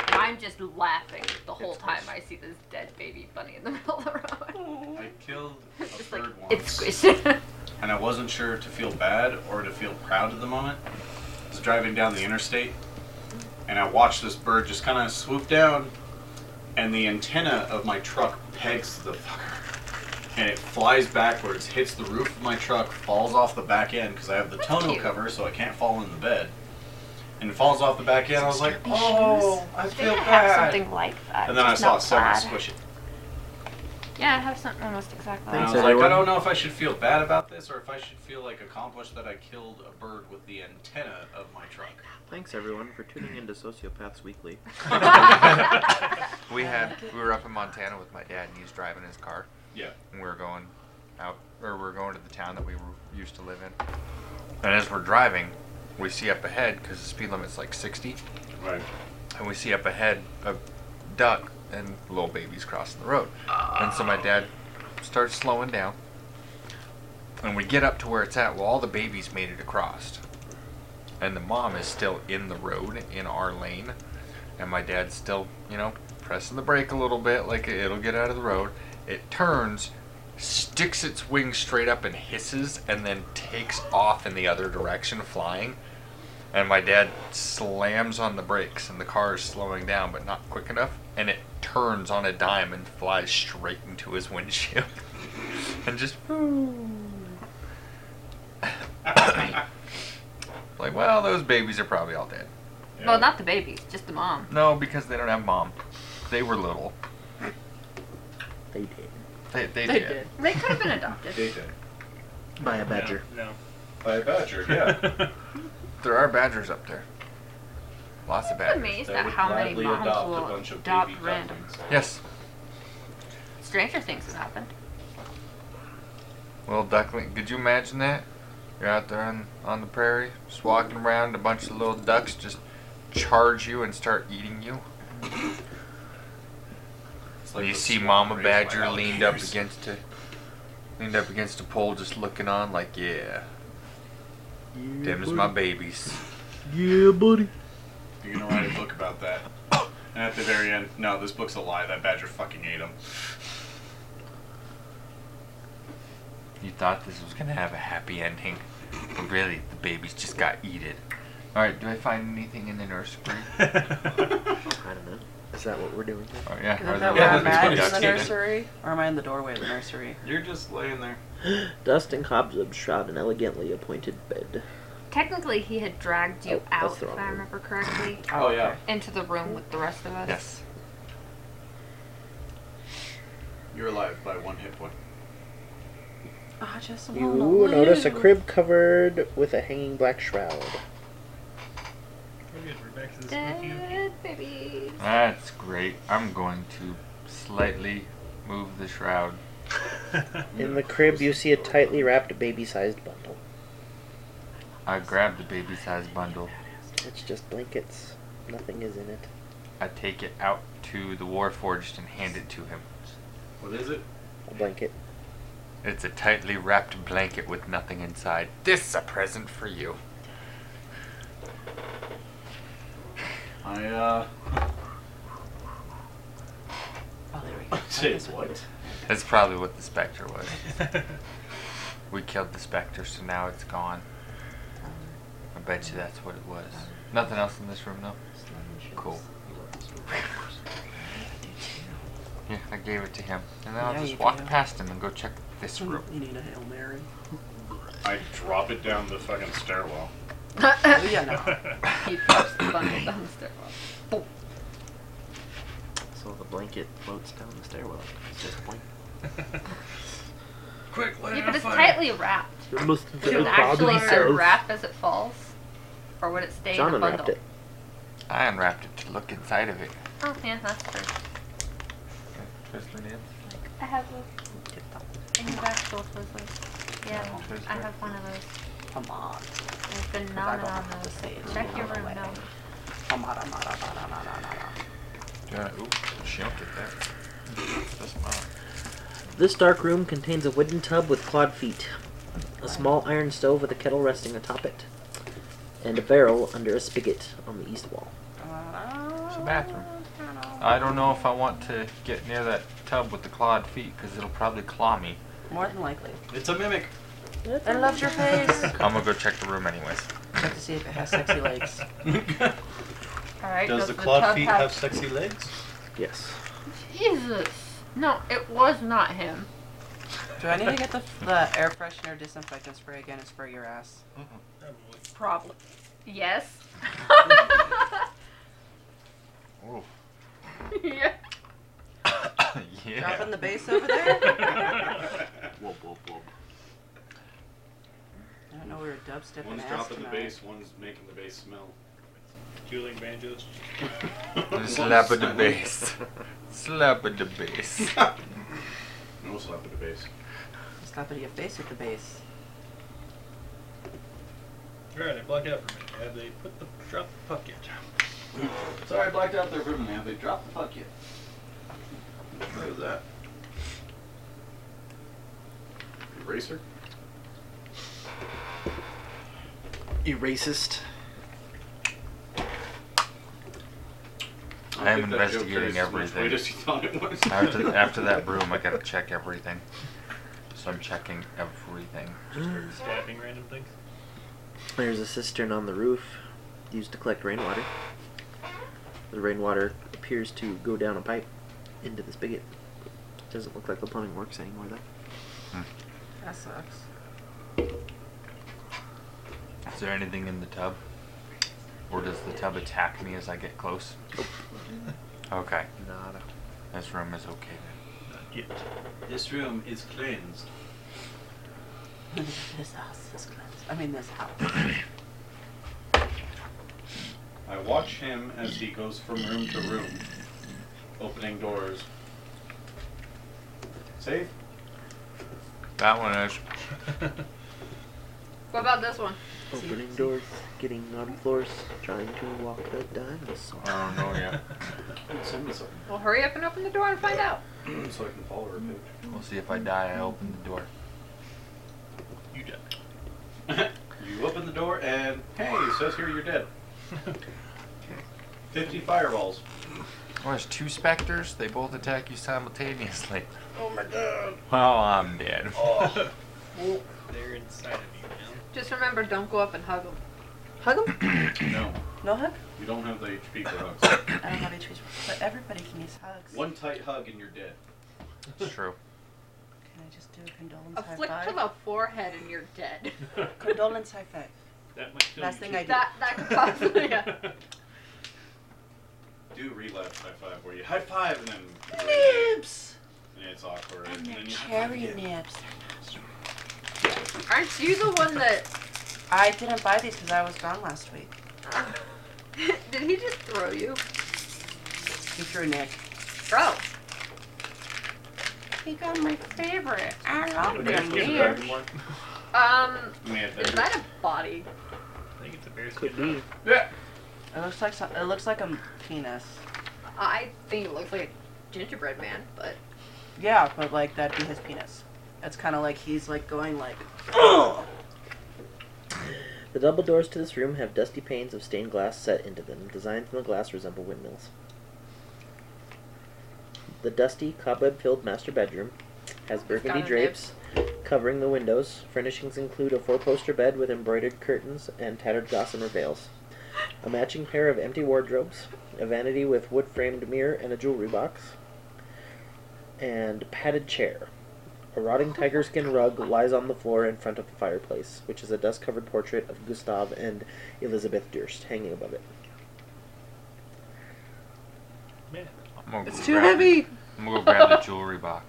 Speaker 6: And I'm just laughing the whole time I see this dead baby bunny in the middle of the road.
Speaker 9: I killed a
Speaker 6: It's just like,
Speaker 9: bird once.
Speaker 6: it's squish.
Speaker 9: and I wasn't sure to feel bad or to feel proud at the moment. I was driving down the interstate, and I watched this bird just kind of swoop down, and the antenna of my truck pegs the fucker, and it flies backwards, hits the roof of my truck, falls off the back end because I have the tonneau
Speaker 6: cute.
Speaker 9: cover, so I can't fall in the bed, and it falls off the back end. I was like, oh, I feel
Speaker 10: They have
Speaker 9: bad.
Speaker 10: something like that.
Speaker 9: And then I
Speaker 10: just
Speaker 9: saw
Speaker 10: not
Speaker 9: someone
Speaker 10: bad.
Speaker 9: squish it.
Speaker 6: yeah, I have something almost exactly
Speaker 9: And I
Speaker 2: Thanks,
Speaker 9: was Um, like, I
Speaker 2: everyone.
Speaker 9: don't know if I should feel bad about this or if I should feel like accomplished that I killed a bird with the antenna of my truck.
Speaker 2: Thanks everyone for tuning in to Sociopaths Weekly.
Speaker 5: We had we were up in Montana with my dad, and he was driving his car.
Speaker 9: Yeah.
Speaker 5: and we were going out, or we were going to the town that we were, used to live in. And as we're driving, we see up ahead because the speed limit's like 60,
Speaker 9: Right.
Speaker 5: and we see up ahead a duck and little babies crossing the road. And so my dad starts slowing down, and we get up to where it's at. Well, all the babies made it across, and the mom is still in the road in our lane, and my dad's still, you know, pressing the brake a little bit, like it'll get out of the road. It turns, sticks its wing straight up and hisses, and then takes off in the other direction, flying. And my dad slams on the brakes, and the car is slowing down, but not quick enough. And it turns on a dime and flies straight into his windshield, and just like, well, those babies are probably all dead.
Speaker 6: Well, not the babies, just the mom.
Speaker 5: No, because they don't have mom. They were little.
Speaker 2: They did.
Speaker 5: They, they,
Speaker 3: They
Speaker 5: did.
Speaker 3: did.
Speaker 6: They could have been adopted.
Speaker 9: Dayton.
Speaker 2: By a badger.
Speaker 8: No.
Speaker 9: By a badger,
Speaker 8: yeah.
Speaker 5: There are badgers up there. Lots of
Speaker 6: I'm
Speaker 5: badgers.
Speaker 6: amazed
Speaker 9: They
Speaker 6: at
Speaker 9: would
Speaker 6: how many
Speaker 9: gladly
Speaker 6: moms
Speaker 9: adopt
Speaker 6: will
Speaker 9: a bunch of
Speaker 6: adopt
Speaker 9: baby
Speaker 6: random.
Speaker 9: ducklings.
Speaker 5: Yes.
Speaker 6: Stranger things have happened.
Speaker 5: Little duckling. Could you imagine that? You're out there on, on the prairie, just walking around, a bunch of little ducks just charge you and start eating you.
Speaker 9: It's
Speaker 5: And you
Speaker 9: the
Speaker 5: see
Speaker 9: swan
Speaker 5: Mama
Speaker 9: raised by
Speaker 5: Badger leaned up
Speaker 9: alligators.
Speaker 5: against a leaned up against a pole, just looking on, like yeah, them is my babies.
Speaker 2: Yeah, buddy.
Speaker 9: You're gonna write a book about that. And at the very end, no, this book's a lie. That badger fucking ate him.
Speaker 5: You thought this was gonna have a happy ending, but really the babies just got eaten. All right, do I find anything in the nursery?
Speaker 2: I don't know. Is that what we're doing? Here?
Speaker 5: Oh yeah,
Speaker 3: Isn't
Speaker 5: are there
Speaker 3: that where
Speaker 5: little
Speaker 3: I'm at?
Speaker 5: ducks
Speaker 3: In the
Speaker 5: eating?
Speaker 3: nursery? Or am I in the doorway of the nursery?
Speaker 9: You're just laying there.
Speaker 2: Dustin Cobwebs shroud an elegantly appointed bed.
Speaker 6: Technically, he had dragged you
Speaker 2: Oh, that's
Speaker 6: out,
Speaker 2: the
Speaker 6: if
Speaker 2: wrong
Speaker 6: I
Speaker 2: one.
Speaker 6: remember correctly,
Speaker 9: Oh yeah.
Speaker 6: into the room with the rest of us.
Speaker 5: Yes.
Speaker 9: You're alive by one hit point.
Speaker 7: Ah,
Speaker 3: I just want
Speaker 2: You notice a crib covered with a hanging black shroud.
Speaker 8: We're good. We're back to this
Speaker 6: Dead babies.
Speaker 5: That's great. I'm going to slightly move the shroud.
Speaker 2: In the crib, you see a tightly wrapped baby-sized bundle.
Speaker 5: I grab the baby-sized bundle.
Speaker 2: It's just blankets. Nothing is in it.
Speaker 5: I take it out to the Warforged and hand it to him.
Speaker 9: What is it?
Speaker 2: A blanket.
Speaker 5: It's a tightly wrapped blanket with nothing inside. This is a present for you.
Speaker 9: I uh.
Speaker 3: Oh, there we go.
Speaker 9: Say what?
Speaker 3: Oh,
Speaker 5: That's probably what the specter was. We killed the specter, so now it's gone. I bet you that's what it was. Nothing else in this room, though. Cool. Yeah, I gave it to him, and then I'll
Speaker 3: Yeah,
Speaker 5: just
Speaker 3: you Mm,
Speaker 5: walk
Speaker 3: do.
Speaker 5: past him and go check this
Speaker 3: You
Speaker 5: room.
Speaker 3: you need a Hail Mary.
Speaker 9: I drop it down the fucking stairwell.
Speaker 3: Oh, yeah, no.
Speaker 6: He drops the bundle down the stairwell.
Speaker 3: So the blanket floats down the stairwell. It's just blank.
Speaker 8: Quick, light
Speaker 6: Yeah,
Speaker 8: it
Speaker 6: but
Speaker 8: on
Speaker 6: it's
Speaker 8: fire.
Speaker 6: tightly wrapped.
Speaker 7: It must
Speaker 6: Should it
Speaker 7: it
Speaker 6: actually
Speaker 7: bothered itself.
Speaker 6: unwrap as it falls? Or would it stay
Speaker 7: John
Speaker 6: in a
Speaker 7: unwrapped
Speaker 6: bundle?
Speaker 7: it.
Speaker 5: I unwrapped it to look inside of it.
Speaker 6: Oh, yeah, that's true.
Speaker 5: Tristan in.
Speaker 6: I have a, I have actual Twizzlers. Yeah,
Speaker 5: Twizzler.
Speaker 6: I have one of those.
Speaker 3: Come on.
Speaker 6: I've been
Speaker 3: I
Speaker 6: nodding
Speaker 3: don't
Speaker 6: on
Speaker 3: have to say it.
Speaker 6: those. Check your room, no.
Speaker 3: Come on, come on, come on, come on, come on, come
Speaker 5: Do you wanna- Ooh, she don't get that. Doesn't matter.
Speaker 7: This dark room contains a wooden tub with clawed feet, a small iron stove with a kettle resting atop it, and a barrel under a spigot on the east wall.
Speaker 5: It's a bathroom. I don't know if I want to get near that tub with the clawed feet because it'll probably claw me.
Speaker 3: on. More than likely.
Speaker 9: It's a mimic.
Speaker 3: I love your face.
Speaker 5: I'm gonna go check the room anyways.
Speaker 3: Check to see if it has sexy legs.
Speaker 6: Alright,
Speaker 11: Does the
Speaker 6: the
Speaker 11: clawed
Speaker 6: tub
Speaker 11: feet have sexy legs?
Speaker 7: Yes.
Speaker 6: Jesus! No, it was not him.
Speaker 3: Do I need to get the, the air freshener disinfectant spray again? It's for your ass.
Speaker 6: Probably. Yes.
Speaker 5: Ooh.
Speaker 6: yeah.
Speaker 5: yeah.
Speaker 3: Dropping the base over there?
Speaker 7: Whoop, whoop, whoop.
Speaker 3: I don't know, we were dubstepping
Speaker 9: One's
Speaker 3: ass
Speaker 9: dropping the
Speaker 3: tonight.
Speaker 9: bass, one's making the bass smell.
Speaker 8: Dueling banjos.
Speaker 9: One's
Speaker 5: Slap at the
Speaker 9: smelling-
Speaker 5: base. Slap at the base.
Speaker 9: No slap at the bass.
Speaker 3: Stop at your face with the base.
Speaker 8: Alright, I blocked out for a minute. Have they put the drop the puck yet?
Speaker 11: Sorry, I blacked out there for a minute. Have They dropped the puck yet.
Speaker 9: What is that? Eraser?
Speaker 7: Erasist.
Speaker 9: don't
Speaker 5: I am
Speaker 9: think that joke
Speaker 5: investigating
Speaker 9: carries as much
Speaker 5: everything.
Speaker 9: weight as you thought it was.
Speaker 5: after, after that broom, I gotta check everything. So I'm checking everything.
Speaker 8: Stabbing random things.
Speaker 7: There's a cistern on the roof used to collect rainwater. The rainwater appears to go down a pipe into the spigot. Doesn't look like the plumbing works anymore, though.
Speaker 5: Hmm.
Speaker 3: That sucks.
Speaker 5: Is there anything in the tub? Or does the tub attack me as I get close? Okay.
Speaker 7: Nada.
Speaker 5: This room is okay then.
Speaker 8: Not yet.
Speaker 11: This room is cleansed.
Speaker 3: this house is cleansed. I mean, this house.
Speaker 9: I watch him as he goes from room to room, opening doors. Safe?
Speaker 5: That one is.
Speaker 6: What about this one?
Speaker 7: Opening doors, getting on floors, trying to walk the dinosaur.
Speaker 5: I don't know yet.
Speaker 9: Send me something
Speaker 6: Well, hurry up and open the door and find out.
Speaker 9: so I can follow her page.
Speaker 5: We'll see if I die. I open the door.
Speaker 8: You duck.
Speaker 9: you open the door and hey, it says here you're dead. Fifty fireballs.
Speaker 5: Oh, there's two specters. They both attack you simultaneously.
Speaker 9: Oh my god.
Speaker 5: Well, I'm dead.
Speaker 9: Oh.
Speaker 8: They're inside of you now.
Speaker 6: Just remember, don't go up and hug him.
Speaker 3: Hug him?
Speaker 9: No,
Speaker 3: No hug?
Speaker 9: you don't have the HP for hugs.
Speaker 3: I don't have any trees. But everybody can use hugs.
Speaker 9: One tight hug and you're dead.
Speaker 5: It's true.
Speaker 3: Can I just do a condolence
Speaker 6: A
Speaker 3: high
Speaker 6: flick
Speaker 3: five?
Speaker 6: to the forehead and you're dead.
Speaker 3: Condolence high five.
Speaker 8: That might kill
Speaker 3: Last
Speaker 8: you
Speaker 3: thing
Speaker 8: too.
Speaker 3: I
Speaker 6: that that could possibly. Yeah.
Speaker 9: Do relapse high five where you high five and then
Speaker 3: Nips!
Speaker 9: and it's awkward.
Speaker 3: And they're
Speaker 9: then you high five
Speaker 3: cherry
Speaker 9: again.
Speaker 3: nips.
Speaker 6: Aren't you the one that?
Speaker 3: I didn't buy these because I was gone last week.
Speaker 6: Did he just throw you,
Speaker 3: He threw Nick.
Speaker 6: bro? He got my favorite. I love
Speaker 9: Okay,
Speaker 6: them.
Speaker 9: it's a
Speaker 6: Here.
Speaker 9: dragon one.
Speaker 6: Um,
Speaker 9: I mean, if
Speaker 6: is
Speaker 9: that's-
Speaker 6: that a body?
Speaker 8: I think it's a bear
Speaker 7: Could
Speaker 8: skin.
Speaker 7: be.
Speaker 9: Yeah.
Speaker 3: It looks like some, it looks like a penis.
Speaker 6: I think it looks like a gingerbread man, but
Speaker 3: Yeah, but like that'd be his penis. It's kind of like he's like going like, oh.
Speaker 7: The double doors to this room have dusty panes of stained glass set into them. Designs on the glass resemble windmills. The dusty, cobweb filled master bedroom has burgundy
Speaker 6: Got a
Speaker 7: drapes Covering the windows, furnishings include a four poster bed with embroidered curtains and tattered gossamer veils, a matching pair of empty wardrobes, a vanity with wood framed mirror and a jewelry box, and a padded chair. A rotting tiger skin rug lies on the floor in front of the fireplace, which is a dust covered portrait of Gustav and Elizabeth Durst hanging above it.
Speaker 5: I'm gonna
Speaker 10: It's
Speaker 5: go
Speaker 10: too
Speaker 5: grab-
Speaker 10: heavy.
Speaker 5: I'm gonna go grab the jewelry box.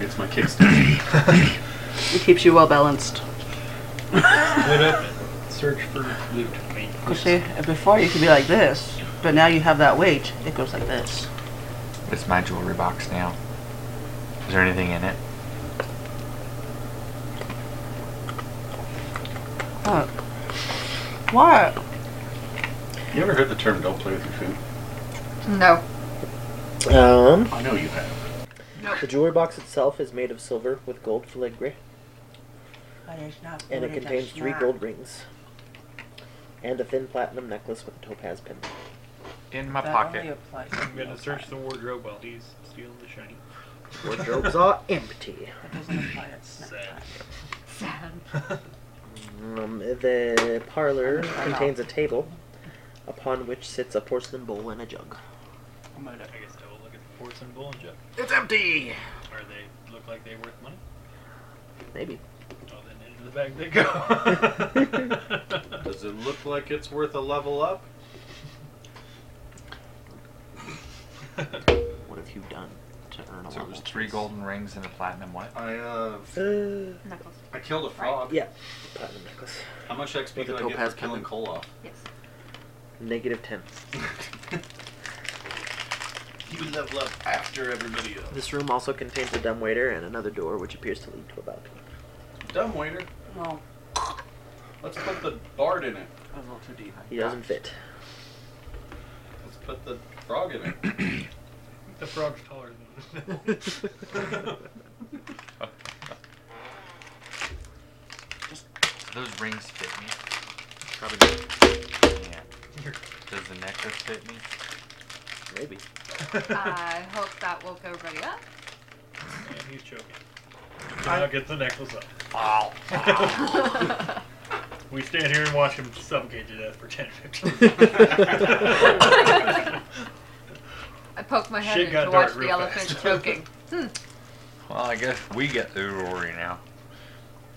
Speaker 9: It's my kickstand.
Speaker 10: It keeps you well balanced.
Speaker 8: Split up and search for loot. Make
Speaker 10: Because see, before you could be like this, but now you have that weight, it goes like this.
Speaker 5: It's my jewelry box now. Is there anything in it?
Speaker 10: Huh. What?
Speaker 9: you ever heard the term "don't play with your food"?
Speaker 6: No.
Speaker 7: Um,
Speaker 9: I know you have.
Speaker 7: the jewelry box itself is made of silver with gold filigree, and it contains three gold rings and a thin platinum necklace with a topaz pin.
Speaker 5: In my
Speaker 10: That only
Speaker 5: pocket.
Speaker 10: applies
Speaker 8: I'm gonna
Speaker 10: outside.
Speaker 8: search the wardrobe while he's stealing the shiny.
Speaker 7: Wardrobes are empty.
Speaker 10: That doesn't apply at snack
Speaker 8: Sad.
Speaker 10: time.
Speaker 6: Sad.
Speaker 7: Um, the parlor
Speaker 10: Why not?
Speaker 7: contains a table upon which sits a porcelain bowl and a jug.
Speaker 8: I might have. I guess I will look at the ports and bull and jug.
Speaker 7: It's empty!
Speaker 8: Are they look like they worth money?
Speaker 7: Maybe.
Speaker 8: Well, then into the bag they go.
Speaker 9: Does it look like it's worth a level up?
Speaker 7: What have you done to earn a
Speaker 5: So it
Speaker 7: level?
Speaker 5: was three golden rings and a platinum what?
Speaker 9: I uh,
Speaker 7: Uh,
Speaker 6: Knuckles.
Speaker 9: I killed a frog.
Speaker 7: yeah, platinum necklace.
Speaker 9: How much XP
Speaker 7: With a
Speaker 9: did I get
Speaker 7: topaz
Speaker 9: for killing
Speaker 7: pendant.
Speaker 9: Koloff?
Speaker 6: Yes.
Speaker 7: Negative 10.
Speaker 9: He would level up after everybody else.
Speaker 7: This room also contains a dumbwaiter and another door which appears to lead to a balcony.
Speaker 9: Dumb waiter,
Speaker 10: No,
Speaker 9: let's put the bard in it.
Speaker 10: I was a little too deep.
Speaker 7: He doesn't fit.
Speaker 9: Let's put the frog in it.
Speaker 8: the frog's taller than
Speaker 5: Do those rings fit me? Probably not. Yeah. Does the necklace fit me?
Speaker 7: Maybe.
Speaker 6: I hope that woke everybody up.
Speaker 8: and he's choking. Now get the necklace up.
Speaker 5: Ow.
Speaker 8: We stand here and watch him suffocate to death for 10 15
Speaker 6: I poked my head
Speaker 8: Shit
Speaker 6: in
Speaker 8: got
Speaker 6: to watch
Speaker 8: dark
Speaker 6: the
Speaker 8: real
Speaker 6: elephant
Speaker 8: fast.
Speaker 6: choking. Hmm.
Speaker 5: Well, I guess we get the Urori now.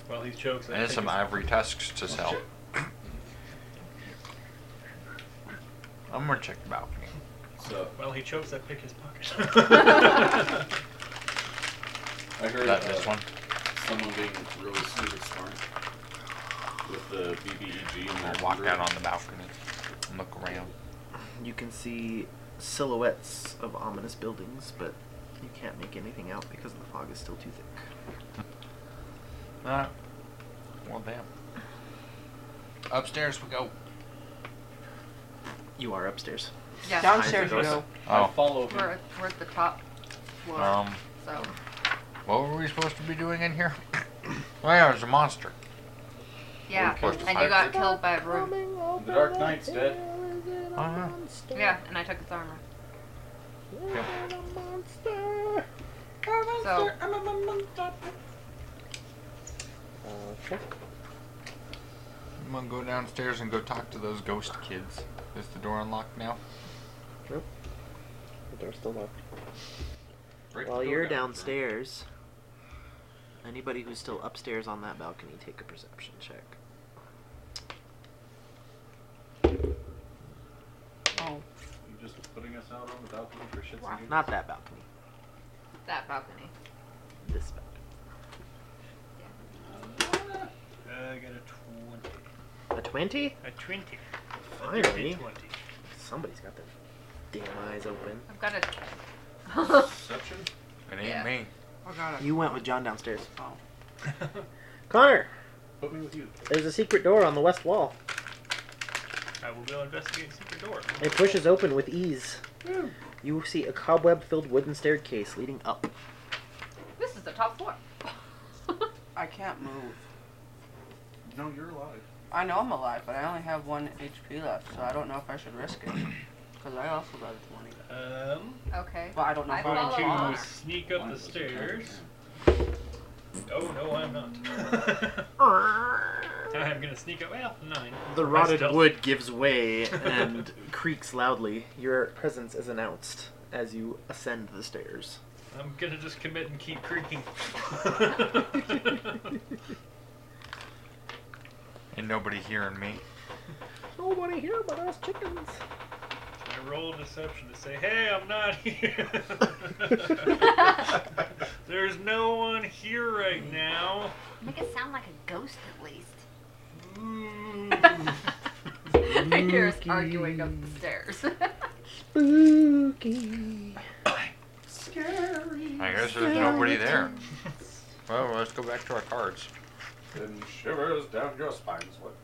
Speaker 8: Well, he chokes. I
Speaker 5: And
Speaker 8: think
Speaker 5: some
Speaker 8: it's-
Speaker 5: ivory tusks to sell. I'm gonna check the balcony.
Speaker 9: So
Speaker 8: Well, he chokes. I pick his pocket.
Speaker 9: I heard
Speaker 5: That
Speaker 9: uh,
Speaker 5: this one.
Speaker 9: someone being really stupid smart with the BBEG and
Speaker 5: I'm
Speaker 9: that
Speaker 5: gonna walk
Speaker 9: group.
Speaker 5: out on the balcony and look around.
Speaker 7: You can see silhouettes of ominous buildings, but you can't make anything out because the fog is still too thick.
Speaker 5: Uh, well, damn. Upstairs we go.
Speaker 7: You are upstairs.
Speaker 6: Yeah.
Speaker 10: Downstairs you
Speaker 7: Eyes
Speaker 10: go.
Speaker 9: I
Speaker 5: Oh,
Speaker 9: follow him.
Speaker 6: We're, we're at the top floor.
Speaker 5: um,
Speaker 6: so
Speaker 5: what were we supposed to be doing in here? Oh yeah, there's a monster.
Speaker 6: yeah,
Speaker 5: we're
Speaker 6: and
Speaker 5: close to
Speaker 6: you
Speaker 5: five.
Speaker 6: got killed by a broom.
Speaker 9: The Dark Knight's dead.
Speaker 5: Uh-huh.
Speaker 6: Yeah, and I took his armor.
Speaker 5: Yeah.
Speaker 6: So
Speaker 7: Okay.
Speaker 5: I'm gonna go downstairs and go talk to those ghost kids. Is the door unlocked now?
Speaker 7: Nope. The door's still locked.
Speaker 9: Break the
Speaker 7: While
Speaker 9: door
Speaker 7: you're
Speaker 9: down.
Speaker 7: downstairs, anybody who's still upstairs on that balcony, take a perception check.
Speaker 10: Oh,
Speaker 9: You just putting us out on the balcony for shits and giggles?
Speaker 7: Not that balcony.
Speaker 6: that balcony.
Speaker 7: This balcony.
Speaker 8: Uh, I got a 20.
Speaker 7: A twenty?
Speaker 8: A 20.
Speaker 7: Finally.
Speaker 8: A dirty 20.
Speaker 7: Somebody's got their damn eyes open.
Speaker 6: I've got a.
Speaker 9: Perception?
Speaker 5: It ain't
Speaker 6: Yeah.
Speaker 5: me.
Speaker 10: I got it.
Speaker 7: You went with John downstairs.
Speaker 10: Oh.
Speaker 7: Connor,
Speaker 9: Put me with you.
Speaker 7: there's a secret door on the west wall.
Speaker 8: I will go investigate secret door.
Speaker 7: It pushes open with ease. You see a cobweb-filled wooden staircase leading up.
Speaker 6: this is the top floor.
Speaker 10: I can't move.
Speaker 9: No, you're alive.
Speaker 10: I know I'm alive, but I only have one HP left, so I don't know if I should risk it. Because I also got a 20.
Speaker 8: Um,
Speaker 6: okay.
Speaker 10: But I don't know
Speaker 6: I
Speaker 10: if
Speaker 8: I'm
Speaker 10: I'm
Speaker 6: follow
Speaker 8: going
Speaker 6: along.
Speaker 8: to sneak up
Speaker 9: Mine
Speaker 8: the
Speaker 9: was a target.
Speaker 8: stairs. Oh no, I'm not. I'm gonna sneak up. Well, nine.
Speaker 7: The
Speaker 8: By
Speaker 7: rotted
Speaker 8: stealth.
Speaker 7: wood gives way and creaks loudly. Your presence is announced as you ascend the stairs.
Speaker 8: I'm gonna just commit and keep creaking.
Speaker 5: Ain't nobody hearing me.
Speaker 7: Nobody here but us chickens.
Speaker 8: I roll deception to say, "Hey, I'm not here. There's no one here right now."
Speaker 6: Make it sound like a ghost at least. I hear us arguing up the stairs.
Speaker 7: Spooky.
Speaker 5: I guess there's nobody there. Well, let's go back to our cards.
Speaker 9: And shivers down your spine. is What?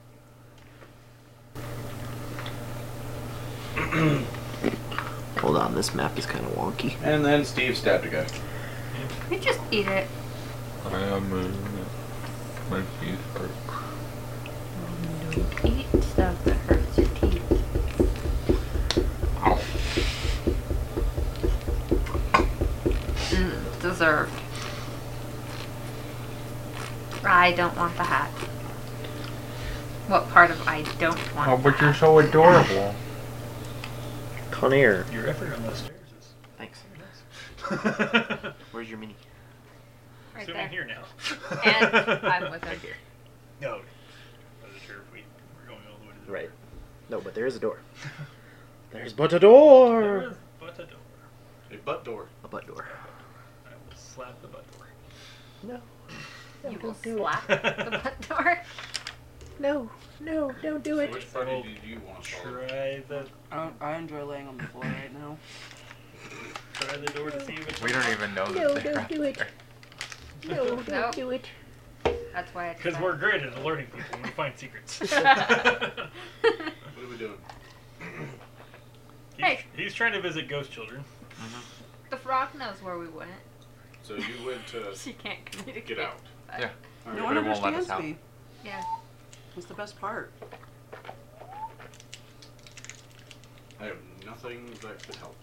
Speaker 7: Hold on, this map is kind of wonky.
Speaker 9: And then Steve stabbed a guy.
Speaker 6: you just eat it.
Speaker 5: I am my feet hurt.
Speaker 6: Eat stuff that hurts your teeth. Mm, deserved. I don't want the hat. What part of I don't want?
Speaker 5: Oh, but you're so adorable.
Speaker 7: Conair.
Speaker 8: Your effort on those stairs is
Speaker 7: Thanks.
Speaker 8: very nice.
Speaker 7: Where's your mini?
Speaker 6: Right
Speaker 8: so
Speaker 6: there.
Speaker 8: I'm here now.
Speaker 6: And I'm with him.
Speaker 8: No, I'm not sure if we we're going all the way to the
Speaker 7: Right.
Speaker 8: door.
Speaker 7: No, but there is a door. There's but a door.
Speaker 8: There but a door.
Speaker 9: A butt door.
Speaker 7: A butt door.
Speaker 8: I will slap the butt door.
Speaker 7: No.
Speaker 6: You will slap the butt door.
Speaker 7: No. No. Don't do
Speaker 9: Which party did you want to follow?
Speaker 8: Try the
Speaker 10: I, I enjoy laying on the floor right now.
Speaker 8: try the door to see if it's
Speaker 5: We don't even know that they're out there.
Speaker 7: No.
Speaker 6: No. Do it. That's why I.
Speaker 8: because we're great at alerting people when we find secrets.
Speaker 9: What are we doing?
Speaker 8: He's,
Speaker 6: Hey.
Speaker 8: he's trying to visit ghost children.
Speaker 6: The frog knows where we went.
Speaker 9: So you went to
Speaker 6: She can't communicate.
Speaker 9: get out.
Speaker 5: Yeah.
Speaker 9: All
Speaker 10: No
Speaker 9: right.
Speaker 10: one
Speaker 5: They won't let
Speaker 10: understands
Speaker 5: us out.
Speaker 10: me.
Speaker 6: Yeah.
Speaker 10: That's the best part.
Speaker 9: I have nothing that could help.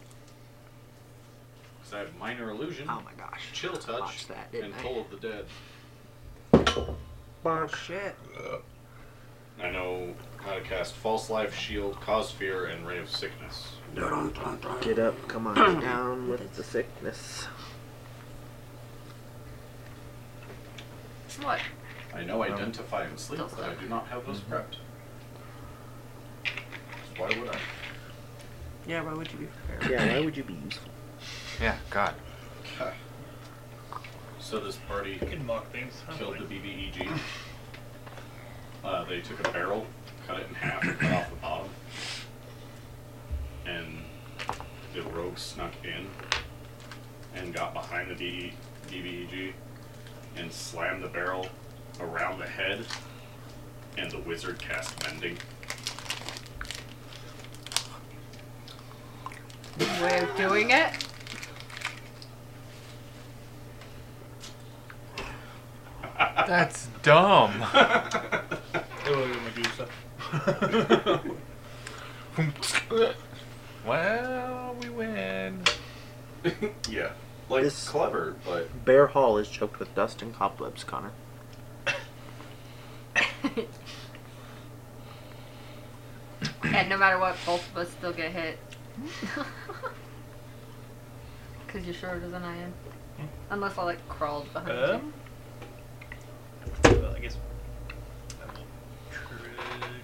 Speaker 9: Because I have minor illusion,
Speaker 7: Oh my gosh.
Speaker 9: chill touch,
Speaker 7: Watch that, didn't
Speaker 9: and
Speaker 7: I?
Speaker 9: toll of the dead.
Speaker 10: Oh, Shit.
Speaker 9: I know how to cast false life, shield, cause fear, and ray of sickness.
Speaker 7: Get up. Come on. Down with the sickness.
Speaker 6: What?
Speaker 9: I know identify and sleep,
Speaker 6: Still
Speaker 9: but I
Speaker 6: stuck.
Speaker 9: do not have those prepped. Why would I?
Speaker 10: Yeah, why would you be prepared?
Speaker 7: Yeah. Why would you be useful?
Speaker 5: Yeah, God.
Speaker 9: Okay. So this party
Speaker 8: You can mock things. I'm
Speaker 9: killed
Speaker 8: like,
Speaker 9: the BBEG. Uh, they took a barrel, cut it in half, and cut off the bottom. And the rogue snuck in and got behind the E, DE DBEG and slammed the barrel around the head, and the wizard cast mending.
Speaker 6: Way of doing it.
Speaker 5: That's dumb.
Speaker 8: Oh, you're Medusa.
Speaker 5: well, we win.
Speaker 9: yeah. Like,
Speaker 7: This-
Speaker 9: clever, but
Speaker 7: Bear Hall is choked with dust and cobwebs, Connor.
Speaker 6: And no matter what, both of us still get hit. Because you're shorter than I am. Unless I like crawled behind
Speaker 5: Uh?
Speaker 8: um, well, I guess I will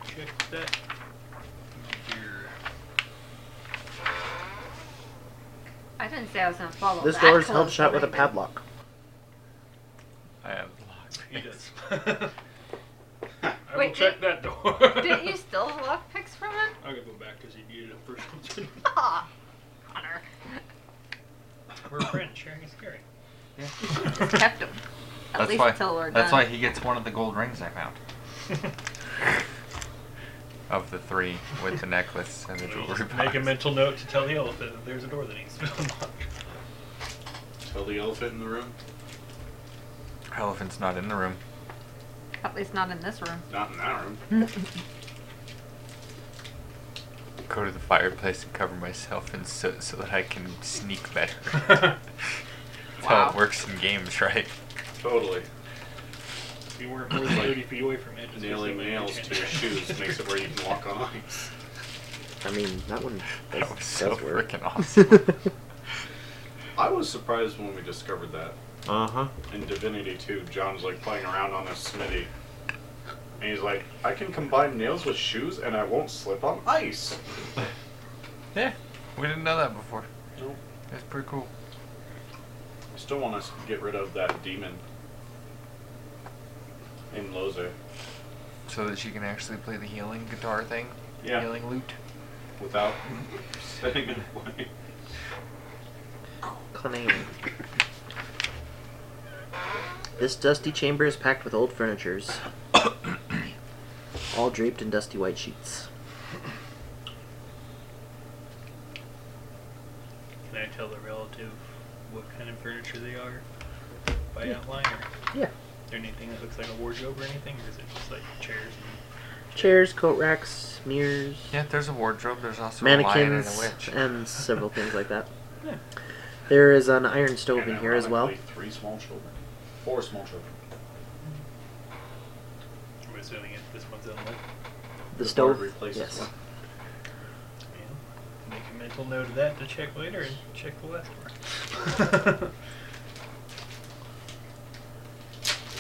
Speaker 8: tr- check that here.
Speaker 6: you. I didn't say I was gonna follow.
Speaker 7: This
Speaker 6: that
Speaker 7: door is
Speaker 6: close
Speaker 7: held shut with a
Speaker 6: right
Speaker 7: padlock.
Speaker 5: I have
Speaker 8: He does. I will
Speaker 6: Wait,
Speaker 8: check
Speaker 6: did-
Speaker 8: that door.
Speaker 6: now. Didn't you still lock picks from it?
Speaker 8: I'm gonna go back because you needed them for something.
Speaker 6: Ah, Connor
Speaker 8: We're friends, sharing is caring.
Speaker 6: kept them. At
Speaker 5: That's
Speaker 6: least
Speaker 5: why.
Speaker 6: until we're
Speaker 5: that's
Speaker 6: done.
Speaker 5: why he gets one of the gold rings I found. of the three, with the necklace and the
Speaker 8: We'll
Speaker 5: jewelry
Speaker 8: just
Speaker 5: box.
Speaker 8: Make a mental note to tell the elephant that there's a door that needs to be unlocked.
Speaker 9: tell the elephant in the room,
Speaker 5: Elephant's not in the room.
Speaker 6: At least not in this room.
Speaker 9: not in that room.
Speaker 5: Go to the fireplace and cover myself in soot so that I can sneak better. That's how
Speaker 6: Wow.
Speaker 5: it works in games, right?
Speaker 9: Totally.
Speaker 8: If you weren't more than 30 feet away from it, it's
Speaker 9: Nailing
Speaker 8: basically
Speaker 9: nails to your shoes makes it where you can walk on ice.
Speaker 7: I mean, that one. That's,
Speaker 5: was so
Speaker 7: that's work.
Speaker 5: freaking awesome.
Speaker 9: I was surprised when we discovered that.
Speaker 7: uh huh.
Speaker 9: In Divinity 2, John's like playing around on a smithy. And he's like, I can combine nails with shoes and I won't slip on ice.
Speaker 5: yeah, we didn't know that before.
Speaker 9: Nope.
Speaker 5: That's pretty cool.
Speaker 9: I still want us to get rid of that demon in Lozer
Speaker 5: So that she can actually play the healing guitar thing,
Speaker 9: Yeah.
Speaker 5: healing lute.
Speaker 9: without setting it away.
Speaker 7: Cunning. This dusty chamber is packed with old furnitures, all draped in dusty white sheets.
Speaker 8: Can I tell the relative what kind of furniture they are by outline? Or is
Speaker 7: Yeah.
Speaker 8: there anything that looks like a wardrobe or anything? Or is it just like chairs?
Speaker 7: Chairs, coat racks, mirrors,
Speaker 5: Yeah, there's a wardrobe. There's also a lion and a
Speaker 7: mannequins,
Speaker 5: witch.
Speaker 7: and several things like that.
Speaker 8: Yeah.
Speaker 7: There is an iron stove
Speaker 9: And
Speaker 7: in here as well.
Speaker 9: ironically, Three small children. Four small children.
Speaker 8: And I'm assuming it, this one's unlit.
Speaker 7: The
Speaker 9: The
Speaker 7: stove,
Speaker 9: board replaces
Speaker 7: yes.
Speaker 9: one.
Speaker 8: Yeah. Make a mental note of that to check later and check the last one.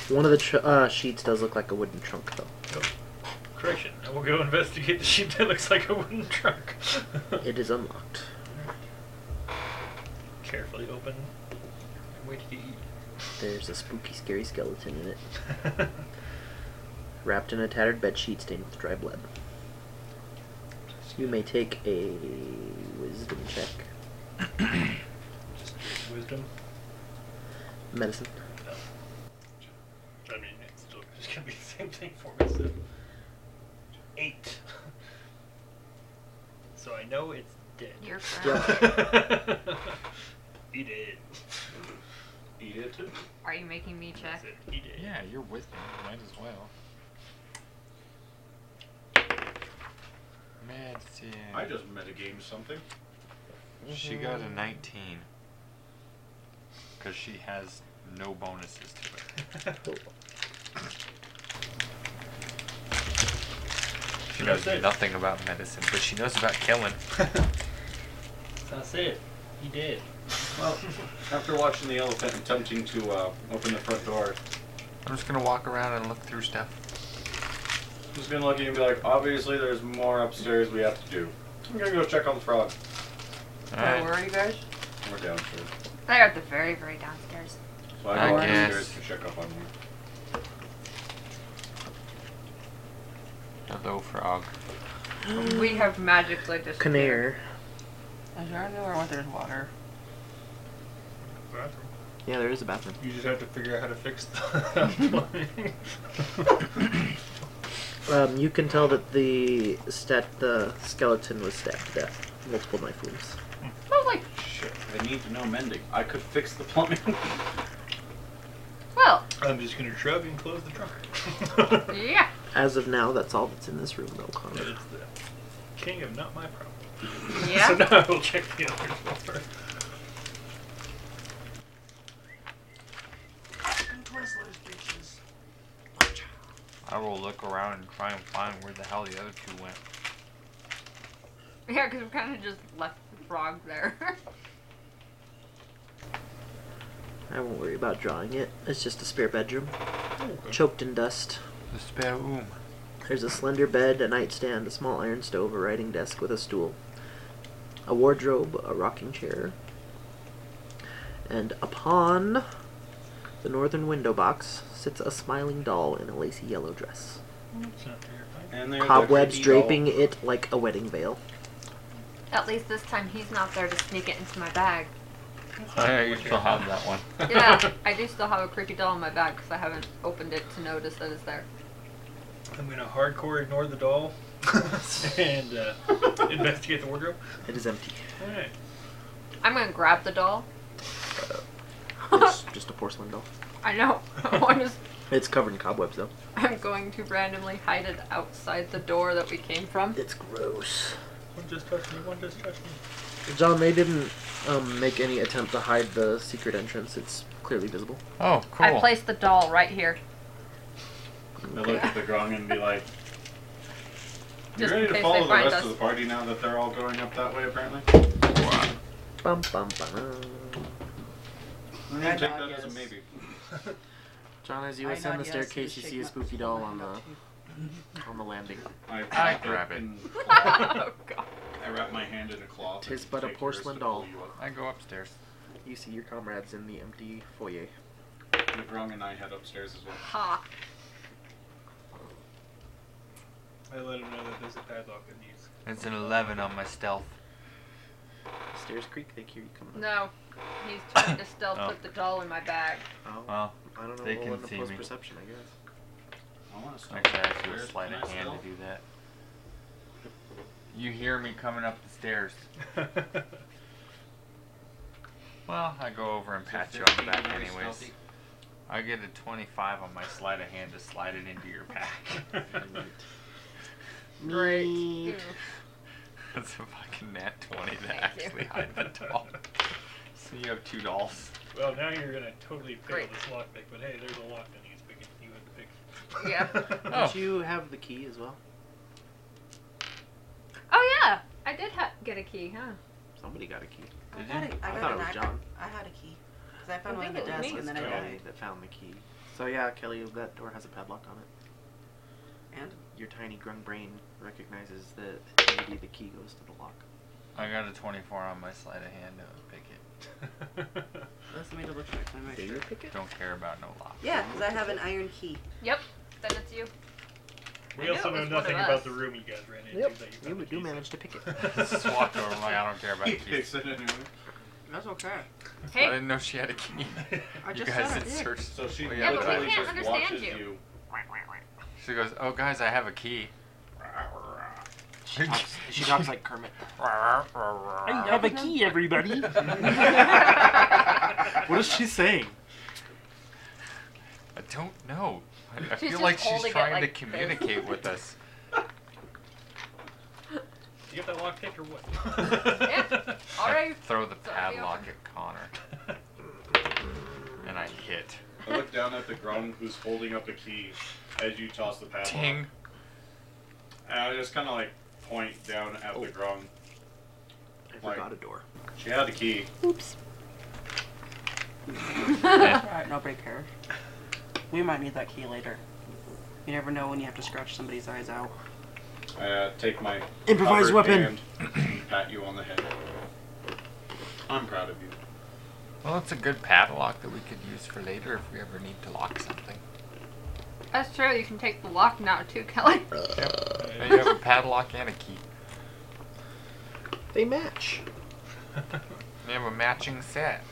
Speaker 7: One of the tr- uh, sheets does look like a wooden trunk, though.
Speaker 8: Oh, Correction. I will go investigate the sheet that looks like a wooden trunk.
Speaker 7: It is unlocked.
Speaker 8: Carefully open. and Wait to eat.
Speaker 7: There's a spooky, scary skeleton in it, wrapped in a tattered bed sheet stained with dry blood. You may take a wisdom check.
Speaker 8: Just use wisdom.
Speaker 7: Medicine.
Speaker 8: No. I mean, it's still just gonna be the same thing for me. So eight. So I know it's dead.
Speaker 6: You're
Speaker 8: Eat it.
Speaker 9: Eat it too.
Speaker 6: Are you making me
Speaker 8: That's
Speaker 6: check?
Speaker 8: it. Eat it.
Speaker 5: Yeah, you're with me. You might as well. Medicine.
Speaker 9: I just metagamed something.
Speaker 5: She got a 19. Because she has no bonuses to it. She knows
Speaker 8: That's it.
Speaker 5: nothing about medicine, but she knows about killing.
Speaker 8: That's it. He did.
Speaker 9: Well, after watching the elephant attempting to uh, open the front door,
Speaker 5: I'm just gonna walk around and look through stuff.
Speaker 9: I'm just gonna look at you and be like, obviously there's more upstairs we have to do. I'm gonna go check on the frog.
Speaker 5: Alright.
Speaker 3: where are you guys?
Speaker 9: We're downstairs.
Speaker 6: They're at the very, very downstairs.
Speaker 9: So I go
Speaker 5: I
Speaker 9: downstairs
Speaker 5: guess.
Speaker 9: to check up on you.
Speaker 5: Hello, frog.
Speaker 6: We have magically disappeared.
Speaker 7: Canair.
Speaker 10: Is there anywhere where there's water?
Speaker 8: Bathroom.
Speaker 7: Yeah, there is a bathroom.
Speaker 8: You just have to figure out how to fix the
Speaker 7: Um, you can tell that the stat the skeleton was stabbed to death. Multiple knife wounds.
Speaker 6: I was like,
Speaker 9: Shit, I need to know mending. I could fix the plumbing.
Speaker 6: well,
Speaker 8: I'm just gonna shrug and close the trunk.
Speaker 6: yeah.
Speaker 7: As of now, that's all that's in this room, though,
Speaker 8: It's
Speaker 7: Connor.
Speaker 8: the king of not my problem. so
Speaker 6: Yeah.
Speaker 8: now I will check the other door.
Speaker 5: I will look around and try and find where the hell the other two went.
Speaker 6: Yeah, because we kind of just left the frog there.
Speaker 7: I won't worry about drawing it. It's just a spare bedroom, choked in dust.
Speaker 5: The spare room.
Speaker 7: There's a slender bed, a nightstand, a small iron stove, a writing desk with a stool, a wardrobe, a rocking chair, and upon the northern window box sits a smiling doll in a lacy yellow dress.
Speaker 8: It's not terrifying.
Speaker 9: and there's
Speaker 7: Cobwebs
Speaker 9: that creepy doll.
Speaker 7: draping it like a wedding veil.
Speaker 6: At least this time he's not there to sneak it into my bag.
Speaker 5: Yeah, you still have that one.
Speaker 6: Yeah, I do still have a creepy doll in my bag because I haven't opened it to notice that it's there.
Speaker 8: I'm gonna hardcore ignore the doll and uh, investigate the wardrobe.
Speaker 7: It is empty.
Speaker 8: Alright.
Speaker 6: I'm gonna grab the doll.
Speaker 7: It's just a porcelain doll.
Speaker 6: I know. I'm, just,
Speaker 7: It's covered in cobwebs, though.
Speaker 6: I'm going to randomly hide it outside the door that we came from.
Speaker 7: It's gross.
Speaker 8: One just touched me, one just touched me.
Speaker 7: John, they didn't um, make any attempt to hide the secret entrance. It's clearly visible.
Speaker 5: Oh,
Speaker 6: I
Speaker 5: cool.
Speaker 6: placed the doll right here.
Speaker 9: Grung and be like, "You
Speaker 6: Just
Speaker 9: ready
Speaker 6: in
Speaker 9: to
Speaker 6: case
Speaker 9: follow
Speaker 6: they
Speaker 9: the
Speaker 6: find
Speaker 9: rest
Speaker 6: us.
Speaker 9: of the party now that they're all going up that way?" Apparently.
Speaker 7: Bum, bum, bum.
Speaker 9: I'm
Speaker 10: I
Speaker 9: gonna take
Speaker 10: nod
Speaker 9: that as a
Speaker 10: yes.
Speaker 9: maybe.
Speaker 7: John, as you
Speaker 10: I
Speaker 7: ascend
Speaker 10: nod
Speaker 7: the
Speaker 10: yes and
Speaker 7: staircase, you
Speaker 10: shake
Speaker 7: see a
Speaker 10: my-
Speaker 7: spooky doll on the on the landing.
Speaker 9: I,
Speaker 5: I
Speaker 9: wrap
Speaker 5: grab it.
Speaker 9: in-
Speaker 6: oh god.
Speaker 9: I wrap my hand in a cloth.
Speaker 7: Tis
Speaker 9: and
Speaker 7: but a
Speaker 9: take yours
Speaker 7: porcelain
Speaker 9: to pull
Speaker 7: doll.
Speaker 9: you up.
Speaker 5: I go upstairs.
Speaker 7: You see your comrades in the empty foyer.
Speaker 9: And Grung and I head upstairs as well.
Speaker 6: Ha.
Speaker 8: I let him know that there's a padlock in these.
Speaker 5: It's an 11 on my stealth.
Speaker 7: Stairs creak. They hear you coming.
Speaker 6: No. He's trying to stealth
Speaker 5: Oh.
Speaker 6: put the doll in my bag.
Speaker 7: Oh,
Speaker 5: Well,
Speaker 7: I don't know.
Speaker 5: they
Speaker 7: roll
Speaker 5: can
Speaker 7: into
Speaker 5: see
Speaker 7: close
Speaker 5: me.
Speaker 7: perception, I guess.
Speaker 9: I want to start.
Speaker 5: actually, I have to do a
Speaker 9: Where's
Speaker 5: sleight
Speaker 9: my
Speaker 5: of hand
Speaker 9: stealth?
Speaker 5: to do that. You hear me coming up the stairs. Well, I go over and pat you on the back anyways. I get a 25 on my sleight of hand to slide it into your pack.
Speaker 7: Great.
Speaker 6: Ew.
Speaker 5: That's a fucking nat 20
Speaker 6: Thank
Speaker 5: to actually
Speaker 6: you.
Speaker 5: hide the doll. So you have two dolls.
Speaker 8: well, now you're gonna totally fail
Speaker 6: Great.
Speaker 8: this lockpick, but hey, there's a lock in these. Pick it. You have to pick.
Speaker 6: Yeah.
Speaker 5: Oh.
Speaker 7: Don't you have the key as well?
Speaker 6: Oh yeah. I did ha- get a key, huh?
Speaker 7: Somebody got a key.
Speaker 10: I got a, I
Speaker 7: I
Speaker 10: got
Speaker 7: thought
Speaker 10: an
Speaker 7: it was
Speaker 10: act-
Speaker 7: John.
Speaker 10: I had a key. Because I found
Speaker 6: I
Speaker 10: one in the
Speaker 6: think it was
Speaker 10: desk
Speaker 6: me.
Speaker 10: and then I
Speaker 7: Kelly
Speaker 10: died.
Speaker 7: that found the key. So yeah, Kelly, that door has a padlock on it.
Speaker 10: And
Speaker 7: Your tiny grung brain recognizes that maybe the key goes to the lock.
Speaker 5: I got a 24 on my sleight of hand to pick it.
Speaker 10: that's me double check. I make sure.
Speaker 7: pick it?
Speaker 5: Don't care about no lock.
Speaker 10: Yeah, because I have an iron key.
Speaker 6: Yep. Then it's you. I
Speaker 8: we
Speaker 6: knew
Speaker 8: also
Speaker 6: it
Speaker 8: know
Speaker 6: was one
Speaker 8: nothing
Speaker 6: of
Speaker 8: about
Speaker 6: us.
Speaker 8: the room you guys ran into.
Speaker 7: Yep,
Speaker 8: that you
Speaker 7: you
Speaker 8: found the
Speaker 7: do
Speaker 8: keys in.
Speaker 7: manage to pick it.
Speaker 5: Just walked over like I don't care about
Speaker 9: He
Speaker 5: you.
Speaker 9: picks it anyway.
Speaker 10: That's okay.
Speaker 5: I
Speaker 6: Hey.
Speaker 5: didn't know she had a key.
Speaker 10: I
Speaker 5: you
Speaker 10: just
Speaker 5: guys
Speaker 10: said I
Speaker 5: had
Speaker 10: did.
Speaker 5: searched.
Speaker 9: So she
Speaker 5: Well,
Speaker 6: Yeah, but we
Speaker 9: literally
Speaker 6: can't
Speaker 9: just
Speaker 6: understand
Speaker 9: watches
Speaker 6: you.
Speaker 9: you.
Speaker 5: She goes, "Oh guys, I have a key."
Speaker 7: She talks, she talks like Kermit.
Speaker 5: I
Speaker 7: have a key, everybody. what is she saying?
Speaker 5: don't know. I, I
Speaker 6: She's
Speaker 5: feel
Speaker 6: just
Speaker 5: like she's
Speaker 6: holding it
Speaker 5: trying
Speaker 6: like
Speaker 5: to
Speaker 6: this.
Speaker 5: communicate with us.
Speaker 8: Do you have that lockpick or what?
Speaker 6: Yeah. All
Speaker 5: I
Speaker 6: right.
Speaker 5: Throw the
Speaker 6: Sorry, I'll-
Speaker 5: padlock at Connor, and I hit.
Speaker 9: I look down at the Grung who's holding up a key as you toss the padlock.
Speaker 5: Ting.
Speaker 9: And I just kind of like point down at the Grung.
Speaker 7: I
Speaker 9: Like-
Speaker 7: forgot a door.
Speaker 9: She had a key.
Speaker 10: Alright, nobody cares. We might need that key later. You never know when you have to scratch somebody's eyes out.
Speaker 9: I uh, take my
Speaker 7: Improvised
Speaker 9: covered
Speaker 7: weapon.
Speaker 9: hand, pat you on the head. I'm proud of you.
Speaker 5: Well, it's a good padlock that we could use for later if we ever need to lock something.
Speaker 6: That's true. You can take the lock now too, Kelly.
Speaker 5: Now you have a padlock and a key.
Speaker 7: They match.
Speaker 5: You have a matching set.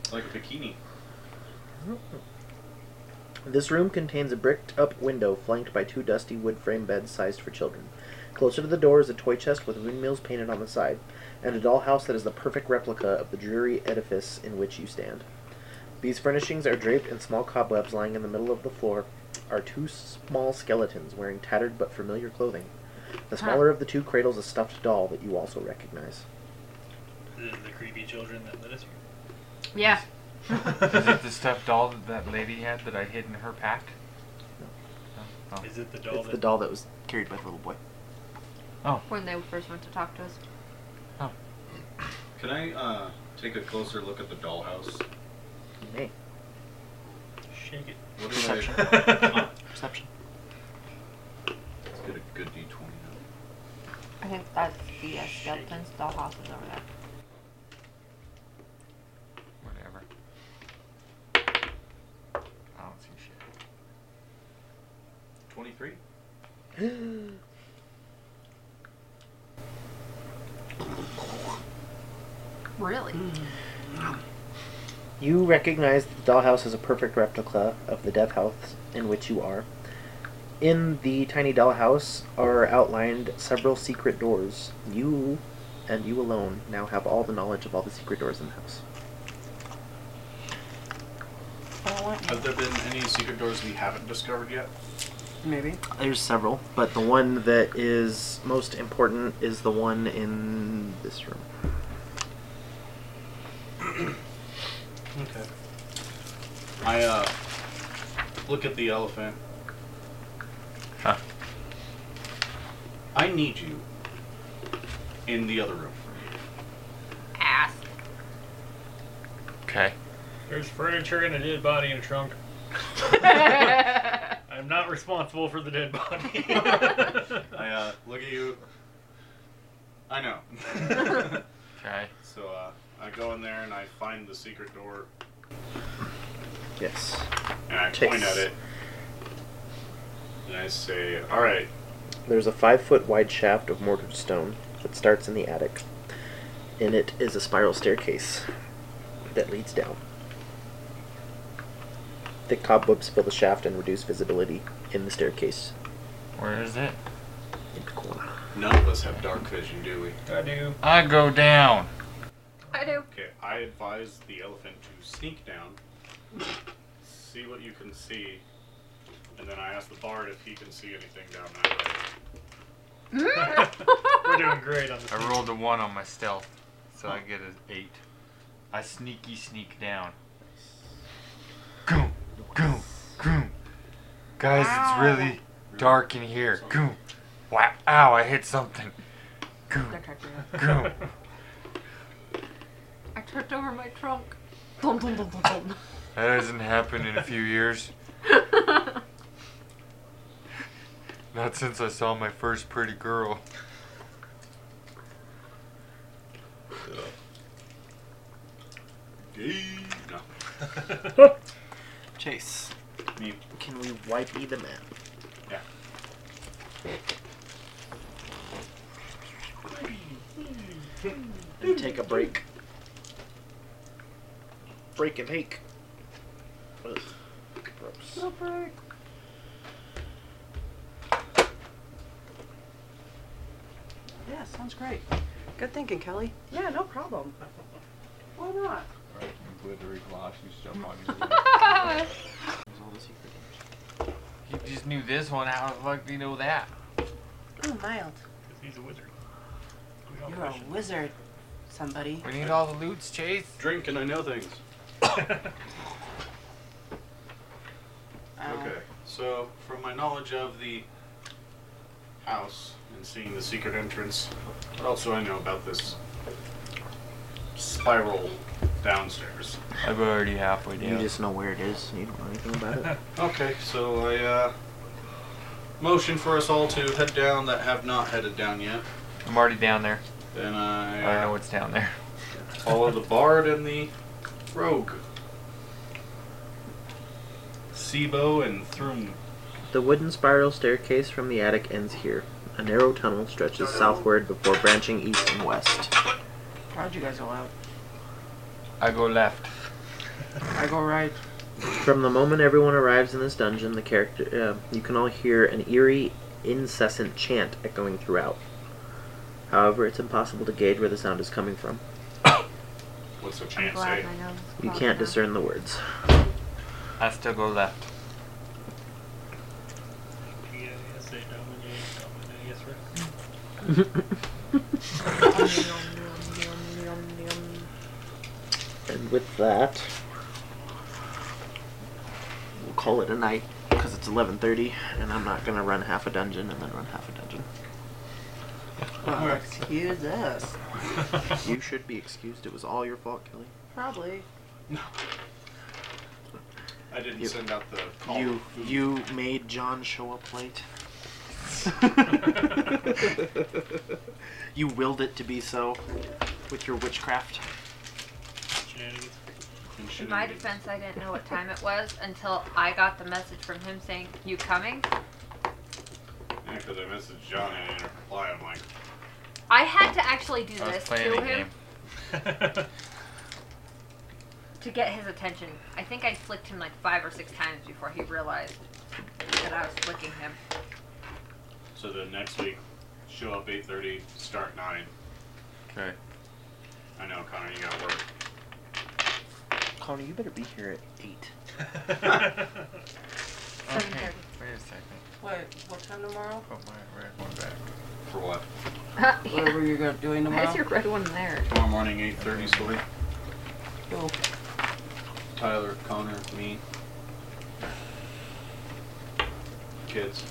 Speaker 9: It's like a bikini.
Speaker 7: This room contains a bricked up window flanked by two dusty wood frame beds sized for children. Closer to the door is a toy chest with windmills painted on the side, and a dollhouse that is the perfect replica of the dreary edifice in which you stand. These furnishings are draped in small cobwebs lying in the middle of the floor are two small skeletons wearing tattered but familiar clothing. The smaller of the two cradles a stuffed doll that you also recognize.
Speaker 8: the, the creepy children that lit us here.
Speaker 6: Yeah.
Speaker 5: Is it the stuffed doll that that lady had that I hid in her pack? Oh.
Speaker 8: Is it the doll
Speaker 7: It's
Speaker 8: that
Speaker 7: the doll that was carried by the little boy.
Speaker 6: When they first went to talk to us.
Speaker 9: Can I uh, take a closer look at the dollhouse?
Speaker 7: Hey,
Speaker 8: shake it?
Speaker 9: What do I?
Speaker 7: Perception.
Speaker 9: Huh,
Speaker 7: perception.
Speaker 9: Let's get a good D20 now.
Speaker 6: I think that's the uh, skeleton's dollhouse is over there.
Speaker 5: Whatever. I don't see shit.
Speaker 9: 23?
Speaker 6: Really?
Speaker 7: You recognize that the dollhouse is a perfect replica of the death house in which you are. In the tiny dollhouse are outlined several secret doors. You, and you alone, now have all the knowledge of all the secret doors in the house.
Speaker 10: I want
Speaker 9: Have there been any secret doors we haven't discovered yet?
Speaker 10: Maybe.
Speaker 7: There's several, but the one that is most important is the one in this room.
Speaker 9: Okay. I uh, look at the elephant
Speaker 5: Huh.
Speaker 9: I need you in the other room.
Speaker 6: Ass.
Speaker 5: Okay.
Speaker 8: There's furniture and a dead body in a trunk. I'm not responsible for the dead body.
Speaker 9: I uh, look at you. I know.
Speaker 5: Okay.
Speaker 9: so uh, I go in there and I find the secret door
Speaker 7: Yes.
Speaker 9: and I
Speaker 7: Chase.
Speaker 9: point at it. And I say, all right,
Speaker 7: There's a five foot wide shaft of mortared stone that starts in the attic. In it is a spiral staircase that leads down. Thick cobwebs fill the shaft and reduce visibility in the staircase.
Speaker 5: Where is it?
Speaker 7: In the corner.
Speaker 9: none of us have dark vision, do we?
Speaker 8: I do.
Speaker 5: I go down.
Speaker 6: I do.
Speaker 9: Okay, I advise the elephant to sneak down, see what you can see, and then I ask the bard if he can see anything down that way.
Speaker 8: We're doing great on this.
Speaker 5: I rolled a one on my stealth, so I get an eight. I sneaky sneak down. Goom, goom, goom. Guys, it's really dark in here. Goom. Wow, ow, I hit something. Goom,
Speaker 10: They're cracking up.
Speaker 5: goom.
Speaker 6: I tripped over my trunk. Dum, dum, dum, dum, dum.
Speaker 5: That hasn't happened in a few years. Not since I saw my first pretty girl.
Speaker 9: Gee, No.
Speaker 10: Chase.
Speaker 9: Me.
Speaker 7: Can we wipe E the map?
Speaker 9: Yeah.
Speaker 7: And take a break. Break and hake. Ugh, gross.
Speaker 10: Yeah, sounds great. Good thinking, Kelly. Yeah, no problem.
Speaker 3: Why not?
Speaker 5: Glittery galoshes jump on you. He just knew this one. How the fuck do you know that?
Speaker 10: Oh, mild.
Speaker 8: 'Cause He's a wizard. We all
Speaker 10: You're a
Speaker 8: question.
Speaker 10: wizard, somebody.
Speaker 5: We need all the loots, Chase.
Speaker 9: Drink and I know things.
Speaker 10: Oh.
Speaker 9: Okay, so from my knowledge of the house and seeing the secret entrance, what else do I know about this spiral downstairs?
Speaker 5: I'm already halfway
Speaker 7: You just know where it is. You don't know anything about it.
Speaker 9: Okay, so I uh, motion for us all to head down that have not headed down yet.
Speaker 5: I'm already down there.
Speaker 9: Then
Speaker 5: I don't
Speaker 9: I
Speaker 5: know
Speaker 9: uh,
Speaker 5: what's down there.
Speaker 9: follow the bard and the rogue. Sibo and Thrum.
Speaker 7: The wooden spiral staircase from the attic ends here. A narrow tunnel stretches southward before branching east and west.
Speaker 10: How'd you guys go out?
Speaker 5: I go left.
Speaker 10: I go right.
Speaker 7: From the moment everyone arrives in this dungeon, the character uh, you can all hear an eerie, incessant chant echoing throughout. However, it's impossible to gauge where the sound is coming from.
Speaker 9: What's the
Speaker 6: I'm
Speaker 9: chance
Speaker 6: glad
Speaker 9: say?
Speaker 6: I know. this
Speaker 7: You
Speaker 6: clock
Speaker 7: can't
Speaker 6: now.
Speaker 7: discern the words.
Speaker 5: I still go left.
Speaker 8: Yeah, yes, they dominate, dominate, yes, right.
Speaker 7: And with that, we'll call it a night because it's 11:30, and I'm not gonna run half a dungeon and then run half a dungeon.
Speaker 10: Well, excuse us.
Speaker 7: You should be excused. It was all your fault, Kelly.
Speaker 10: Probably.
Speaker 9: I didn't
Speaker 7: You-
Speaker 9: send out the call.
Speaker 7: You you made John show up late. you willed it to be so with your witchcraft.
Speaker 8: Shenanigans.
Speaker 9: And
Speaker 6: In my
Speaker 9: shenanigans.
Speaker 6: defense, I didn't know what time it was until I got the message from him saying, "You coming?"
Speaker 9: Yeah, because I messaged John and he didn't reply. I'm like,
Speaker 6: I had to actually do
Speaker 5: I was
Speaker 6: this to
Speaker 5: playing a
Speaker 6: him
Speaker 5: game.
Speaker 6: to get his attention. I think I flicked him like five or six times before he realized that I was flicking him.
Speaker 9: so then next week, show up 8.30, start 9.
Speaker 5: Okay.
Speaker 9: I know, Connor, you got work.
Speaker 7: Connor, you better be here at eight.
Speaker 6: Seven
Speaker 5: Okay.
Speaker 6: thirty.
Speaker 5: Wait a second.
Speaker 10: Wait, what time tomorrow?
Speaker 5: Put my red one back.
Speaker 9: For what?
Speaker 6: Uh,
Speaker 10: Whatever you're gonna doing
Speaker 6: Why
Speaker 10: tomorrow.
Speaker 6: is your red one there?
Speaker 9: Tomorrow morning, 8.30, Slee.
Speaker 10: Go.
Speaker 9: Tyler, Connor, me. Kids.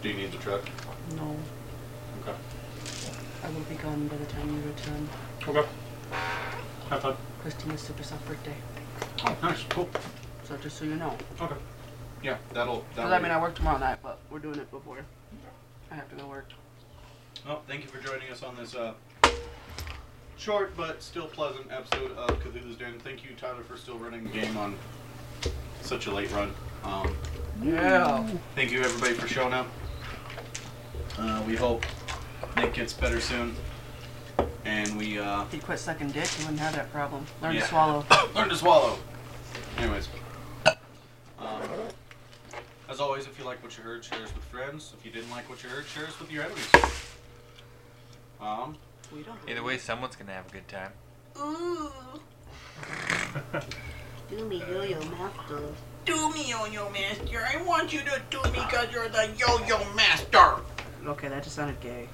Speaker 9: Do you need the truck?
Speaker 10: No,
Speaker 9: Okay.
Speaker 10: I will be gone by the time you return.
Speaker 9: Okay. Have fun.
Speaker 10: Christina's super soft birthday.
Speaker 9: Oh, nice. Cool.
Speaker 10: So just so you know.
Speaker 9: Okay. Yeah, that'll.
Speaker 10: Because
Speaker 9: that'll
Speaker 10: I mean, I work tomorrow night, but we're doing it before. I have to go work.
Speaker 9: Well, Oh, thank you for joining us on this uh, short but still pleasant episode of Cthulhu's Den. Thank you, Tyler, for still running the game on such a late run. Um,
Speaker 10: Yeah.
Speaker 7: Mm.
Speaker 9: Thank you, everybody, for showing up. Uh, we hope Nick gets better soon. And we uh,
Speaker 10: If you quit sucking dick, you wouldn't have that problem. Learn
Speaker 9: Yeah.
Speaker 10: to swallow.
Speaker 9: learn to swallow. Anyways. Um, as always, if you like what you heard, share us with friends. If you didn't like what you heard, share us with your enemies. Um,
Speaker 10: We don't.
Speaker 5: Either way, someone's gonna have a good time.
Speaker 3: Ooh.
Speaker 10: Do me yo-yo master.
Speaker 3: Do me, yo-yo master. I want you to do me because you're the yo-yo master.
Speaker 10: Okay, that just sounded gay.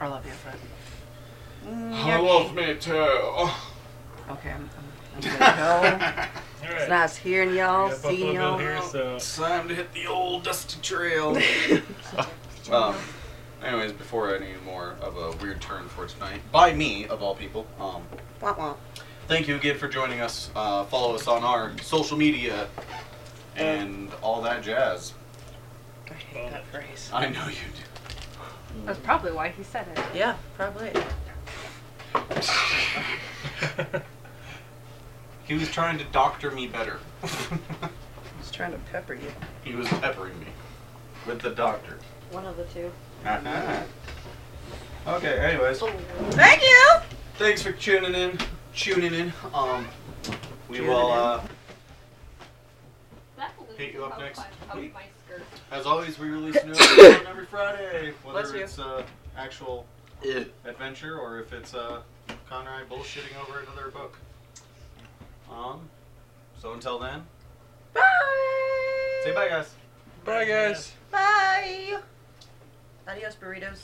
Speaker 10: I love you, friend.
Speaker 9: I love me too. Oh.
Speaker 10: Okay, I'm, I'm, I'm gonna go. It's nice hearing y'all,
Speaker 8: Yeah, Buffalo
Speaker 10: seeing
Speaker 8: Bill
Speaker 10: y'all.
Speaker 8: here, so
Speaker 9: It's time to hit the old dusty trail. um, anyways, before any more of a weird turn for tonight, by me of all people, um,
Speaker 10: Wah, wah.
Speaker 9: thank you again for joining us. Uh, follow us on our social media and all that jazz.
Speaker 10: I hate that phrase.
Speaker 9: I know you do.
Speaker 6: That's probably why he said it.
Speaker 10: Yeah, probably.
Speaker 9: He was trying to doctor me better.
Speaker 10: Just trying to pepper you.
Speaker 9: he was peppering me with the doctor.
Speaker 6: One of the two.
Speaker 9: okay. Uh-huh. Anyways.
Speaker 10: Thank you.
Speaker 9: thanks for tuning in tuning in um we
Speaker 10: Tuning
Speaker 9: will
Speaker 10: in.
Speaker 9: uh
Speaker 6: That
Speaker 9: Hit you up next week.
Speaker 6: my skirt.
Speaker 9: as always we release new episodes on every friday whether
Speaker 10: Bless you.
Speaker 9: it's uh actual adventure or if it's uh conrad bullshitting over another book um so until then
Speaker 10: Bye.
Speaker 9: say bye guys
Speaker 5: Bye, guys.
Speaker 10: Bye. Adios, burritos.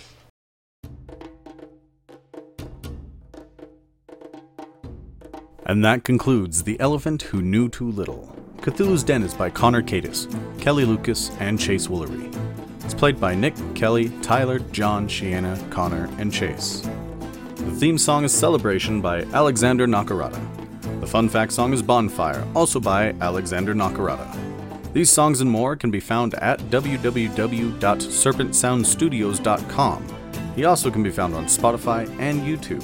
Speaker 1: And that concludes The Elephant Who Knew Too Little. Cthulhu's Den is by Connor Cadis, Kelly Lucas, and Chase Woolery. It's played by Nick, Kelly, Tyler, John, Shiana, Connor, and Chase. The theme song is Celebration by Alexander Nakarada. The fun fact song is Bonfire, also by Alexander Nakarada. These songs and more can be found at www.serpentsoundstudios.com. He also can be found on Spotify and YouTube.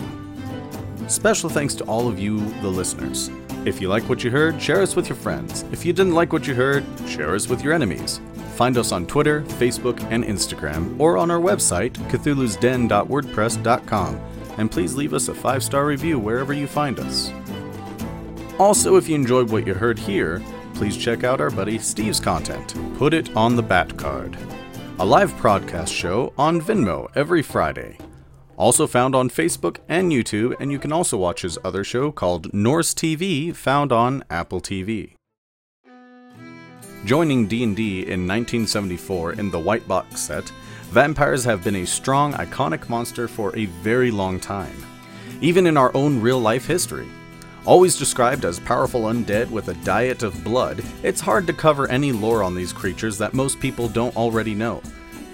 Speaker 1: Special thanks to all of you, the listeners. If you like what you heard, share us with your friends. If you didn't like what you heard, share us with your enemies. Find us on Twitter, Facebook, and Instagram, or on our website, cthulhusden.wordpress.com, and please leave us a five star review wherever you find us. Also, if you enjoyed what you heard here, please check out our buddy Steve's content, Put It on the Bat Card, a live podcast show on Venmo every Friday. Also found on Facebook and YouTube, and you can also watch his other show called Norse TV, found on Apple TV. Joining D&D in 1974 in the White Box set, vampires have been a strong, iconic monster for a very long time, even in our own real-life history. Always described as powerful undead with a diet of blood, it's hard to cover any lore on these creatures that most people don't already know.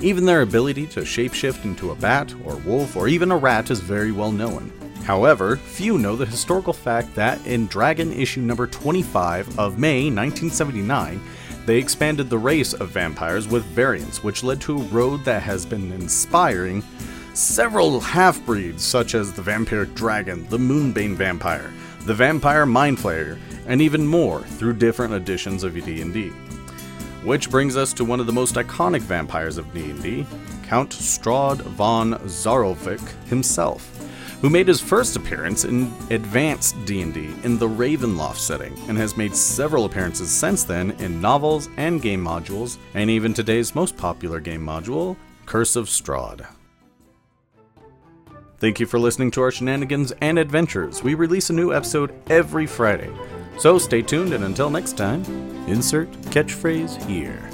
Speaker 1: Even their ability to shapeshift into a bat, or wolf, or even a rat is very well known. However, few know the historical fact that in Dragon issue number 25 of May 1979, they expanded the race of vampires with variants, which led to a road that has been inspiring several half breeds, such as the vampiric dragon, the moonbane vampire, the vampire mind flayer, and even more through different editions of E D&D. Which brings us to one of the most iconic vampires of D&D, Count Strahd von Zarovic himself, who made his first appearance in Advanced D&D in the Ravenloft setting and has made several appearances since then in novels and game modules and even today's most popular game module, Curse of Strahd. Thank you for listening to our shenanigans and adventures. We release a new episode every Friday. So stay tuned, and until next time, insert catchphrase here.